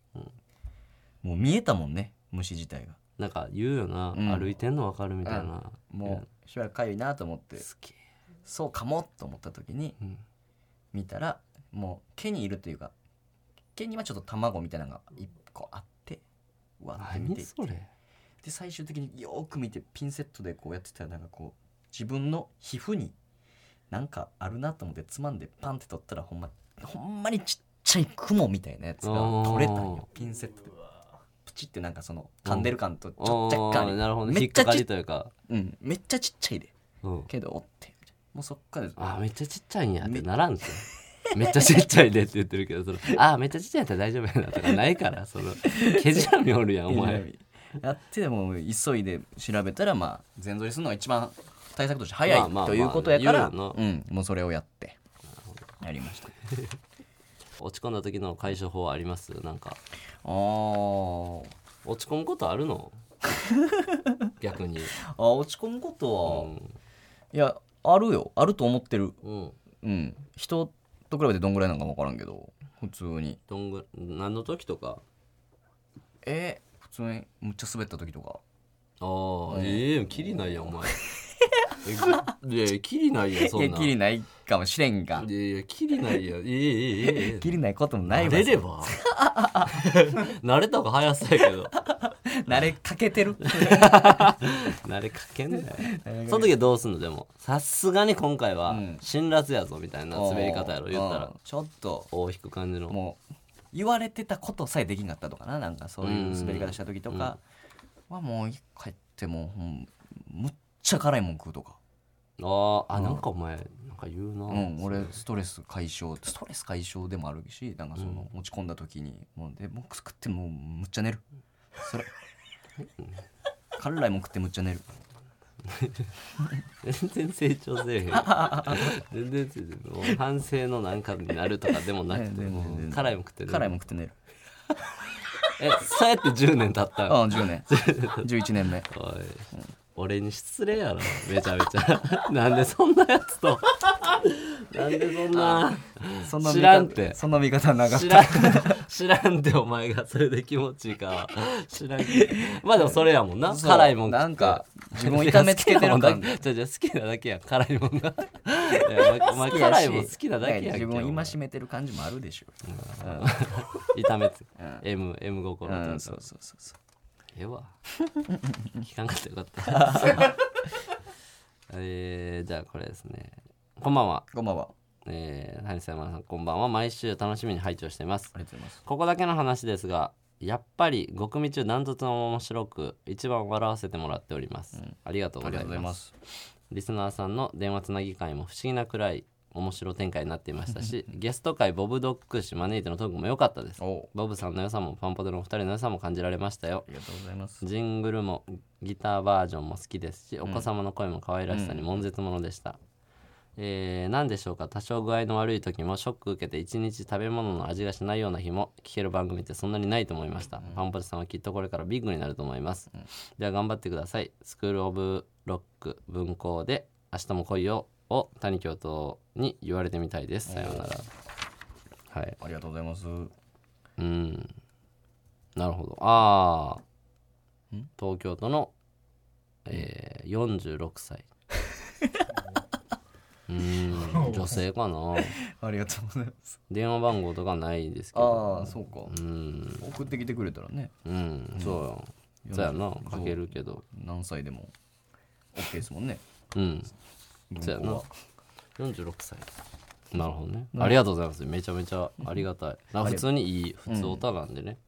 C: もう見えたもんね虫自体が
B: なんか言うよな、
C: ん
B: 歩いてんの分かるみたいな、
C: もうしばらくかゆいなと思って
B: すげえ
C: そうかもと思った時に
B: うん
C: 見たらもう毛にいるというか毛にはちょっと卵みたいなのが一個あってうわって見
B: 何
C: て
B: それ
C: で最終的によーく見てピンセットでこうやってたらなんかこう自分の皮膚になんかあるなと思ってつまんでパンって取ったらほんまほんまにちっちゃい雲みたいなやつが取れたんよピンセットでプチってなんかその噛んでる感とち
B: お
C: ょ若干あ
B: ー
C: る
B: なるほどね
C: め
B: 引
C: っ
B: っ
C: ちゃ
B: か
C: ち
B: か
C: っ
B: りというか、
C: うん、めっちゃちっちゃいで
B: うん、
C: けどおってみたいなもうそっから
B: あーめっちゃちっちゃいんやってならんすよめっちゃちっちゃいでって言ってるけどそのあーめっちゃちっちゃいやったら大丈夫やなとかないからそのケジラミおるやんお前
C: やってでも急いで調べたらまあ全ぞりするのが一番対策として早い、
B: まあまあまあ
C: ということやから、
B: 言うよ
C: うん、もうそれをやってやりました
B: 落ち込んだ時の解消法ありますなんか
C: あー
B: 落ち込むことある の逆に
C: あ落ち込むこと
B: う
C: は、
B: ん、
C: いやあるよあると思ってる
B: うん、
C: うん人と比べてどんぐらいなんか分からんけど普通に
B: どんぐ何の時とか
C: え普通にむっちゃ滑った時とか
B: ああええキリないやんお 前えいやいやキリないやんそ
C: いや
B: んな
C: きりないかもしれんが
B: いやいやキリないやんええええええ
C: きりないことも ないわ
B: 慣れれ ば慣れた方が早そうやけど
C: 慣れかけてる
B: 慣れかけん だよその時はどうすんのでもさすがに今回は
C: ん
B: 辛辣やぞみたいな滑り方やろ言った
C: う
B: ら
C: んちょっと
B: 大引く感じの
C: もう言われてたことさえできんかったとかななんかそういう滑り方した時とかはもう帰ってもうほんむっちゃ辛いもん食うとか、
B: あーあなんかお前なんか言うな、
C: うん、俺ストレス解消ストレス解消でもあるしなんかその落ち込んだ時にもうでもう食ってもうむっちゃ寝るそ れ辛いもん食ってむっちゃ寝る
B: 全然成長せえへ ん全然成長せえへんもう反省のなんかになるとかでもなくて
C: 全然全然
B: もう辛いもん食ってる
C: 辛いもん食って寝る
B: えそうやって10年経った
C: あ
B: の
C: あ10年 11年目
B: おい俺に失礼やろめちゃめちゃ なんでそんなやつと なんでそんな
C: そんな見方
B: 知らんて
C: そんな見方なかっ
B: 知
C: た
B: らん知らんでお前がそれで気持ちいいかは知らんけどまあでもそれやもんな
C: そう
B: 辛いもん食って
C: なんか自分を痛めつけてる 感
B: いや好きなもんだけじゃあじゃあ好きなだけやん辛いもんがいやお前お前辛いもん好きなだけやんけ
C: 自分
B: お
C: を
B: 前
C: 戒めてる感じもあるでしょ、
B: 痛めつ
C: ん
B: M, M 心
C: う
B: と
C: ん
B: いうか
C: そうそうそうそう
B: ええわ聞かんかったよかった えー、じゃあこれですねこんばんは
C: こんばんは
B: えー、谷さんこんばんは毎週楽しみに拝聴しています
C: ありがとうございます
B: ここだけの話ですがやっぱり5組中ダントツの面白く一番笑わせてもらっております、ありがとう
C: あ
B: ご
C: りが
B: ざいう
C: とござい
B: ま
C: ますす
B: リスナーさんの電話つなぎ会も不思議なくらい面白展開になっていました しゲスト会ボブドッグ氏マネーテのトークも良かったです
C: おう
B: ボブさんの良さもパンポテのお二人の良さも感じられましたよ
C: ありがとうございます
B: ジングルもギターバージョンも好きですしお子様の声も可愛らしさに悶絶ものでした、えー、何でしょうか多少具合の悪い時もショック受けて一日食べ物の味がしないような日も聞ける番組ってそんなにないと思いました、パンポチさんはきっとこれからビッグになると思います、では頑張ってくださいスクール・オブ・ロック文校で「明日も来いよ」を谷教頭に言われてみたいですさようならはい
E: ありがとうございます
B: うんなるほどああ東京都の、えー、46歳うーん女性かな
E: ありがとうございます
B: 電話番号とかないですけど
E: ああそうか
B: うん
E: 送ってきてくれたらね
B: うんそうよそうやなかけるけど
E: 何歳でも OK ですもんね
B: うんそうやな46歳なるほどねありがとうございますめちゃめちゃありがたいな普通にいい普通オタなんでね、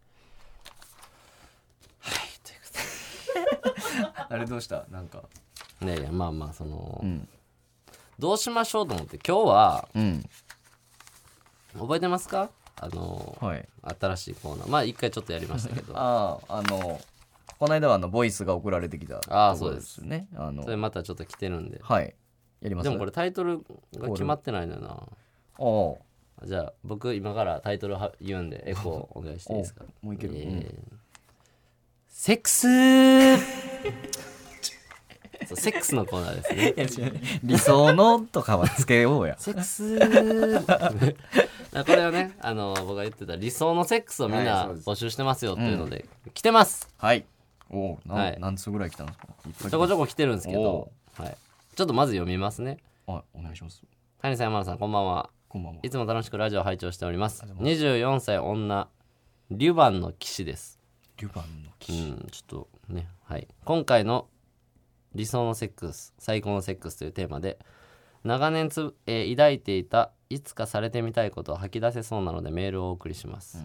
E: あれどうしたなんか
B: ねえまあまあその、どうしましょうと思って今日は
E: うん
B: 覚えてますかあの、
E: はい
B: 新しいコーナーまあ一回ちょっとやりましたけ ど
E: あああのこの間はあのボイスが送られてきた
B: あー
E: ところですねあの
B: それまたちょっと来てるんで
E: はいやります
B: でもこれタイトルが決まってないのよな
E: お
B: じゃあ僕今からタイトルは言うんでエコーお願いしていいですか
E: もういける
B: えーセックスそうセックスのコーナーで すね
E: 理想のとかはつけようや
B: セックス これをねあの僕が言ってた理想のセックスをみん
C: はい
B: な
C: そうです
B: 募集してますよっていうので、来てます
E: はいおお、な
B: はい
E: 何通ぐらい来たんですかいっぱい来た
B: ちょこちょこ来てるんですけど
E: お、
B: はい、ちょっとまず読みますね
E: はいお願いします
B: 谷さん山田さんこんばんは
E: こんばんはい
B: つも楽しくラジオ拝聴しております24歳女リュバンの騎士です
E: リュバンの騎
B: う
E: 士
B: んちょっとねはい今回の理想のセックス最高のセックスというテーマで長年つ、えー抱いていたいつかされてみたいことを吐き出せそうなのでメールをお送りします、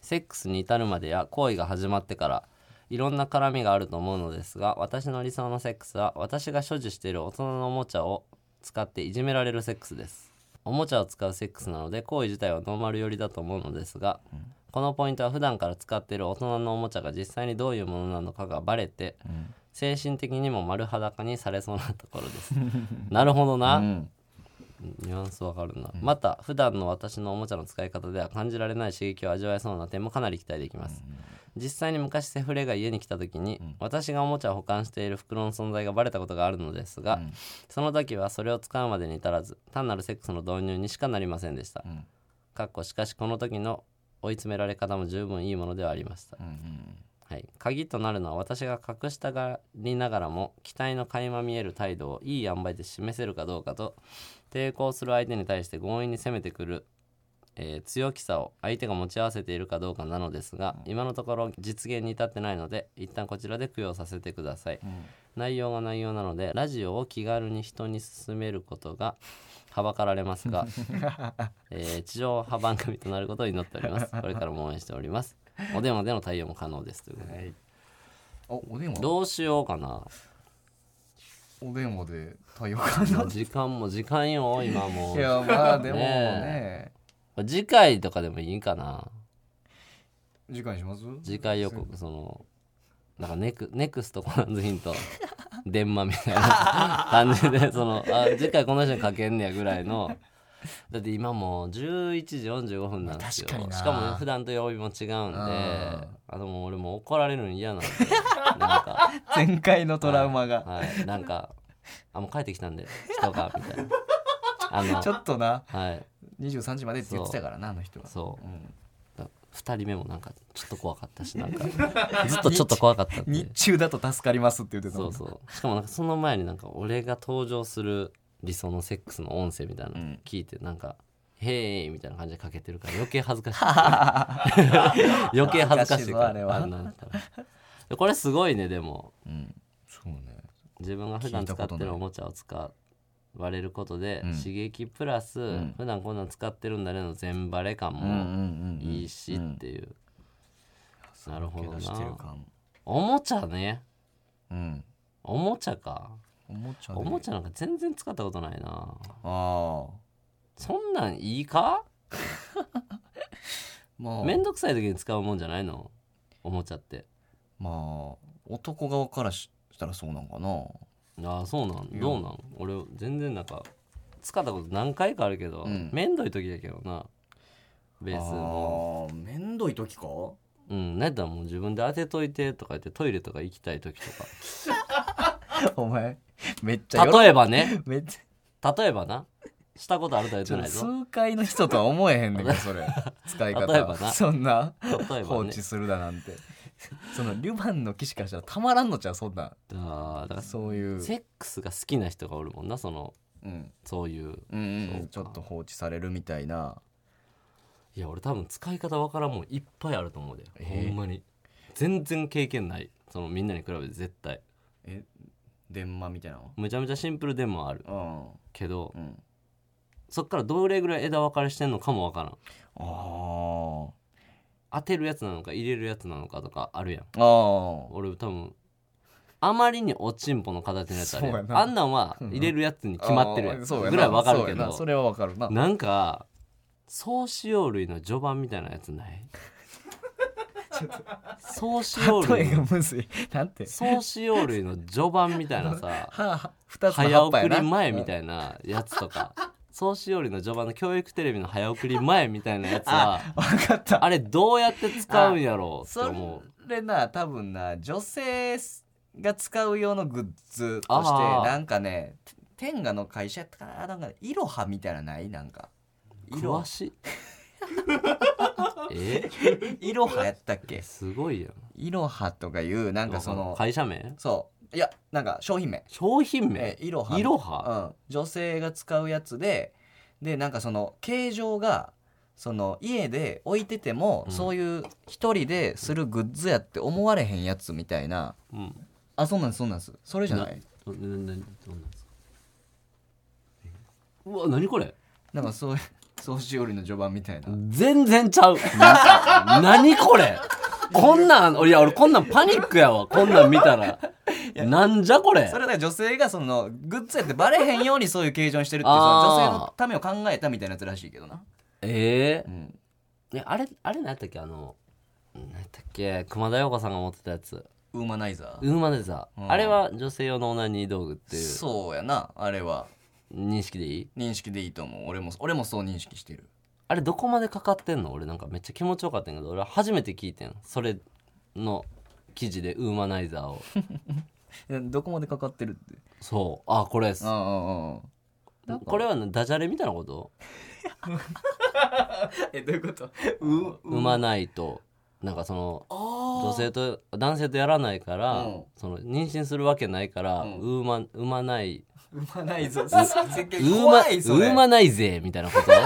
B: セックスに至るまでや行為が始まってからいろんな絡みがあると思うのですが私の理想のセックスは私が所持している大人のおもちゃを使っていじめられるセックスですおもちゃを使うセックスなので行為自体はノーマル寄りだと思うのですが、このポイントは普段から使っている大人のおもちゃが実際にどういうものなのかがバレて、精神的にも丸裸にされそうなところです なるほどな、
E: うん
B: ニュアンスわかるな、また普段の私のおもちゃの使い方では感じられない刺激を味わえそうな点もかなり期待できます、実際に昔セフレが家に来た時に、私がおもちゃを保管している袋の存在がバレたことがあるのですが、その時はそれを使うまでに至らず単なるセックスの導入にしかなりませんでした、
E: ん
B: かっこしかしこの時の追い詰められ方も十分いいものではありました、
E: うんうん
B: はい、鍵となるのは私が隠したがりながらも期待の垣間見える態度をいい塩梅で示せるかどうかと抵抗する相手に対して強引に攻めてくる、えー強気さを相手が持ち合わせているかどうかなのですが、今のところ実現に至ってないので一旦こちらで供養させてください、内容が内容なのでラジオを気軽に人に勧めることがはばかられます が、えー地上波番組となることを祈っておりますこれからも応援しておりますお電話での対応も可能ですということで
E: おお電話
B: どうしようかな。
E: お電話で対応か な
B: 時間も時間よ、今も
E: いやまあでもね
B: ねう。次回とかでもいいかな。
E: 次回にします
B: 次回予告、その、なんかネクネクストコナンズヒ ント、電話みたいな感じで、その、あ、次回この人にかけんねやぐらいの。だって今もう11時45分なんですよ。
E: 確かにな
B: しかもね、普段と曜日も違うんで、あともう俺もう怒られるの嫌な んで、なんか。
E: 前回のトラウマが
B: はい、なんか、あ、もう帰ってきたんで、人が、みたいな。あの、
E: ちょっとな
B: はい、
E: 23時までって言ってたからなあの人は
B: そう。
E: ん
B: だ2人目もなんかちょっと怖かった しなんかずっとちょっと怖かったん
E: 日
B: で
E: 中だと助かりますって言ってた
B: そ
E: もん
B: うそうしかもなんかその前になんか俺が登場する理想のセックスの音声みたいなの聞いてなんか「へえ」みたいな感じでかけてるから余計恥ずか しい余計恥ずかしいから
E: 恥ずかしいぞあれは
B: んなんやったらでこれすごいねでも
E: うんそうね
B: 自分が普
E: 聞
B: 段
E: いた
B: 使
E: こ
B: っ
E: とない
B: てるおもちゃを使われることで、
E: うん
B: 刺激プラス、
E: ん
B: 普段こんなん使ってるんだねの全バレ感
E: うんうん
B: も
E: うんうん
B: いいしっていう、なるほど
E: 怪我してる
B: な
E: 感
B: おもちゃね
E: うん
B: おもちゃか
E: おもちゃで
B: おもちゃなんか全然使ったことないな
E: ああ
B: そんなんいいか
E: まあ
B: めんどくさい時に使うもんじゃないのおもちゃって
E: まあ男側からししたらそうなんかな
B: ああそうなんどうなん俺全然なんか使ったこと何回かあるけど、
F: うん
B: めんどい時だけどなベースも
F: あーめんどい時か
B: うんなんやったらもう自分で当てといてとか言ってトイレとか行きたい時と
C: お前めっちゃ
B: か例えばね
C: めっちゃ
B: 例えばなしたことあるとやって
C: ちょっ
B: な
C: と
B: いぞ
C: 数回の人とは思えへんねんけどそれ使い
B: 例えば
C: 方
B: な
C: そんな
B: 例えばね
C: 放置するだなんてそのルパンの騎士からしたらたまらんのちゃうそんな
B: あーだか
C: そうい
B: ら
C: う
B: セックスが好きな人がおるもんなその
F: うん
B: そういう
F: うんうん
C: ちょっと放置されるみたいない
B: や俺多分使い方わからんもんいっぱいあると思うで、
C: えー
B: ほんまに全然経験ないそのみんなに比べて絶対
F: え電話みたいなの
B: めちゃめちゃシンプルでもある
F: う
B: けど、
F: んうん
B: そっからどれぐらい枝分かれしてんのかもわからん
C: あー
B: 当てるやつなのか入れるやつなのかとかあるやん
C: あー
B: 俺多分あまりにおちんぽの形のやつあるや
C: そうや
B: ん
C: な
B: あんなんは入れるやつに決まってるやん
C: あー
B: ぐ
C: そうやな
B: らいわかるけ
C: そうやな
B: ど
C: それはわかるな
B: なんか総使用類の序盤みたいなやつ ない総使用
C: 例
B: 類
C: え
B: の
C: がむずいなんて
B: 総使用類の序盤みたいな さ
C: はあ二つの
B: 早
C: 葉っぱ
B: 送
C: やな
B: り前みたいなやつとか総使用類の序盤の教育テレビの早送り前みたいなやつは
C: 分かった
B: あれどうやって使うんやろうって思
C: そうれな多分な女性が使う用のグッズとして
B: あー
C: なんかねて天下の会社やったかななんかいろはみたいなのないなんかいろ
B: 詳し いえ
C: いろはやったっけ
B: すごいやん
C: いろはとかいうなんかその
B: 会社名
C: そういやなんか商品名
B: 商品名
C: えいろはい
B: ろは
C: うん、女性が使うやつででなんかその形状がその家で置いてても、
B: うん
C: そういう一人でするグッズやって思われへんやつみたいな
B: うん
C: あそうなんですそうなんですそれじゃない
B: なななどんなんですかえうわ何これ
C: なんかそういう 総しおりの序盤みたいな
B: 全然ちゃう。 何これこんなん、いや、俺こんなんパニックやわ。こんなん見たら。なんじゃこれ
C: それだから女性がそのグッズやってバレへんようにそういう形状にしてるっていうその
B: あー
C: 女性のためを考えたみたいなやつらしいけどな、
B: え
C: うん、
B: ええ、あれ、あれ何やったっけあの、何やったっけ熊田曜子さんが持ってたやつ。
C: ウーマナイザ
B: ウーマネザ
C: う
B: ー。
C: ん
B: あれは女性用のオナニー道具って
C: ー
B: いう
C: そうやなあれは
B: 認識でいい
C: 認識でいいと思う俺も俺もそう認識してる
B: あれどこまでかかってんの俺なんかめっちゃ気持ちよかったんやけど、俺初めて聞いてん。それの記事でウーマナイザー を。
C: えどこまでかかってるって
B: そう。あ、これです
C: うん。うんうん
B: これはなダジャレみたいなこと
F: えどういうことう
B: 産まないとなんかその
F: あ
B: 女性と男性とやらないから、
F: うん
B: その妊娠するわけないから、
F: うん
B: 産ま産まない
F: 産まない ぞ設計
B: 産ま
F: 怖いそれ
B: 産まないぜみたいなこと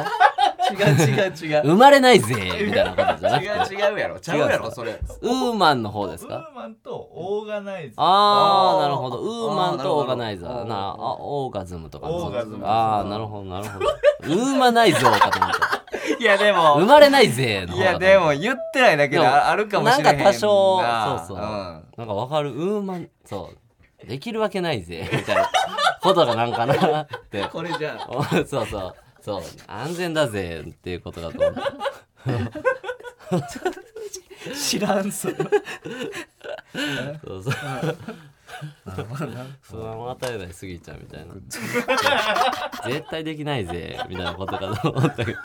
C: 違う違う違う
B: 生まれないぜみたいなことじゃなくて
F: 違う違うやろちゃうやろそれ
B: ウーマンの方です
E: ウ
B: か
E: ーマンとオーガナイズ
B: あ
F: あ
B: あ
F: ー
B: なるほどウーマン
F: あーなるほ
B: と
F: ど
B: オーガナイザー
F: うん
B: なあオーガズムとか
E: オーガズム
B: ああなるほどなるほどウーマナイゾーかと思った
C: いやでも
B: 生まれないぜの方
C: い
B: かと思
C: や
B: った
C: でも言ってないだけ
B: で
C: で
B: も
C: ああるかもしれへん
B: な
C: な
B: んか多少そうそうんなんかわかるウーマンそうできるわけないぜみたいなことがなんかなって
F: これじゃあ
B: おそうそうそう安全だぜっていうことだと思う
C: 知らんそれ
B: そうそう不安を与えないすぎちゃうみたいな絶対できないぜみたいなことかと思ったけど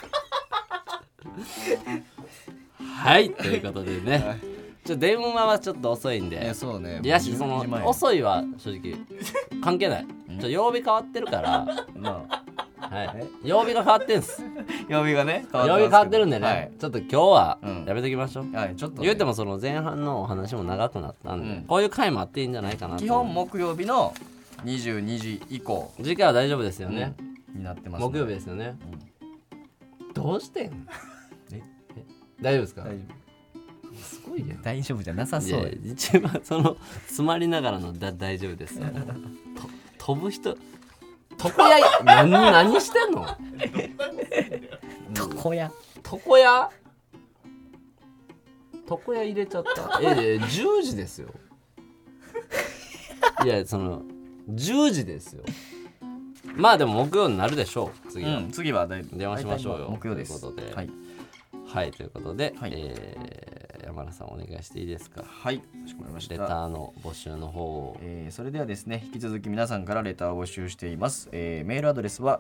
B: はいということでねちょ電話はちょっと遅いん
C: い
B: で
C: やそうね
B: いやしそ
C: もう10時前
B: の遅いは正 直関係ないちょ曜日変わってるから、
C: まあ
B: はい、曜日が変わってんす
C: 曜日がね変
B: 曜日変わってるんでね、ちょっと今日は
C: うん
B: やめときましょう、
C: はいはいちょっとね
B: 言うてもその前半のお話も長くなったんで、
C: うん
B: こういう回もあっていいんじゃないかなと
C: 基本木曜日の22時以降
B: 次回は大丈夫ですよね、
C: になってますね
B: 木曜日ですよね、どうしてんええ大丈夫ですか
C: 大丈
B: すごいやん
C: 夫大丈夫じゃなさ
B: い
C: そ
B: や
C: う
B: 一番その詰まりながらのだ大丈夫ですよと飛ぶ人床屋何何してんの
C: 床屋
B: 床屋床屋入れちゃったええ10時ですよいやその10時ですよまあでも木曜になるでしょう次
C: う
B: は、
C: ん次は大
B: 電話しましょうよ
C: 大体木曜です
B: ということで
C: はい
B: はいということで、
C: はい
B: えー山田さんお願いしていいですか
C: はいかしこまりまし
B: レタ
C: た
B: ーの募集の方を
C: えーそれではですね引き続き皆さんからレターを募集しています、えーメールアドレスは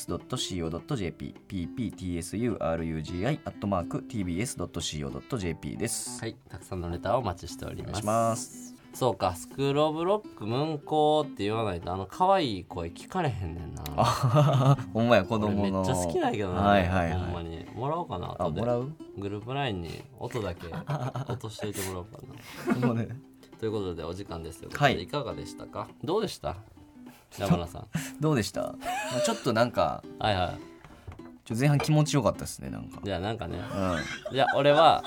C: pptsurugi.tbs.co.jp pptsurugi.tbs.co.jp です、
B: はいたくさんのレターをお待ちしており
C: お
B: ま
C: 願い
B: す
C: します
B: そうかスクール・オブ・ロック文庫って言わないとあの可愛い声聞かれへんねんな
C: あはははほんまや子
B: 俺
C: 供
B: めっ
C: の
B: ちゃ好きなんやけどな、
C: はいはい
B: ほん
C: は
B: ま
C: い
B: にもらおうかな
C: あ
B: 後で
C: もらう
B: グループラインに音 だけ落としていてもらおうかな
C: もうね
B: ということでお時間ですということで、
C: はい
B: い、かがでしたかどうでした山田さん
C: どうでした、まあ、ちょっとなんか
B: はいは
C: ちょ前半気持ちよかったですねなんか
B: いじゃあなんかね
C: う
B: じゃあ俺は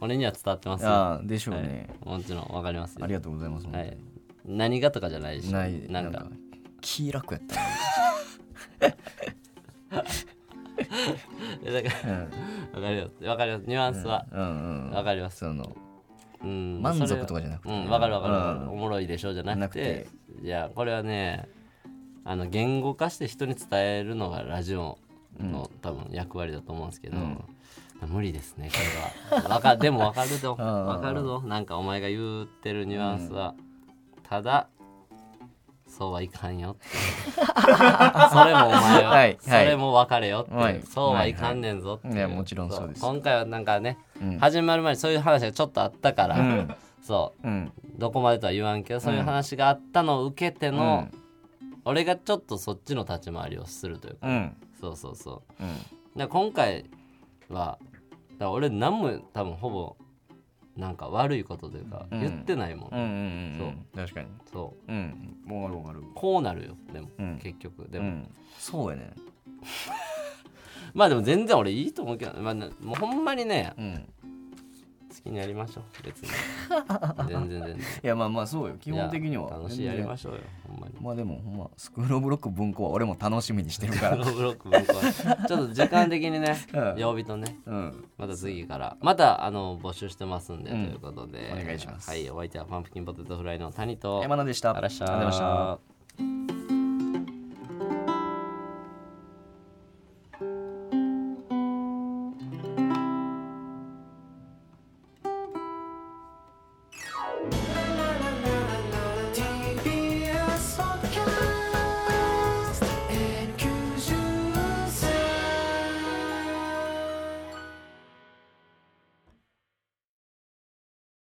B: 俺には伝わってま
C: ん
B: すよ
C: あーでしょう
B: はい
C: ね、
B: もちろんわかりますよ
C: ありがとうございます、
B: はい、何がとかじゃないし
C: ない
B: なんか
C: 気楽やったね、
B: えだから
C: うん
B: わかりますわかりますニュアンスは
C: うんうん
B: わかります
C: その
B: うん
C: 満足
B: それは
C: とかじゃなくて
B: うんわかるわかるわか
C: う
B: る
C: ん
B: おもろいでしょじゃな
C: な
B: く
C: く
B: て
C: て
B: いやこれはねあの言語化して人に伝えるのがラジオの多分役割だと思うんですけど、無理ですねこれはわかでもわかるぞ
C: うんうんうん
B: わかるぞなんかお前が言ってるニュアンスは、ただそうはいかんよってそれもお前は、
C: はいはい
B: それも別れよって、
C: はい
B: そうはいかんねんぞっていう、
C: はいはいいやもちろんそうです
B: 今回はなんかね、
C: うん
B: 始まる前にそういう話がちょっとあったから、
C: うん
B: そう
C: うん
B: どこまでとは言わんけどそういう話があったのを受けての、俺がちょっとそっちの立ち回りをするというか、
C: うん
B: そうそうそう
C: う
B: だ
C: ん
B: から今回はだから俺何も多分ほぼなんか悪いことというか
C: うん
B: 言ってないもん、
C: うんうんうんそう確かに
B: そう
C: うんわかるわかる
B: こうなるよでも、
C: うん
B: 結局
C: で
B: で
C: も、
B: も、
C: そうやね
B: まあでも全然俺いいと思うけど、まあ、なもうほんまにね
C: うん
B: 好きにやりましょう 別に全然全然
C: いやまあまあそうよ基本的にはい
B: や楽しいやりま
C: し
B: しょうよほんまに
C: まあでもほんまスクールオブロック文庫は俺も楽しみにしてるか
B: ブ
C: ら
B: ロブロック僕はちょっと時間的にね
C: うん
B: 曜日とね
C: うん
B: また次からまたあの募集してますんで、
C: うん
B: ということで
C: お願いします
B: はいお相手はパンプキンポテトフライの谷と
C: 山田でした
B: ありがとうございま
C: ありがとうござい
B: し
C: ましたた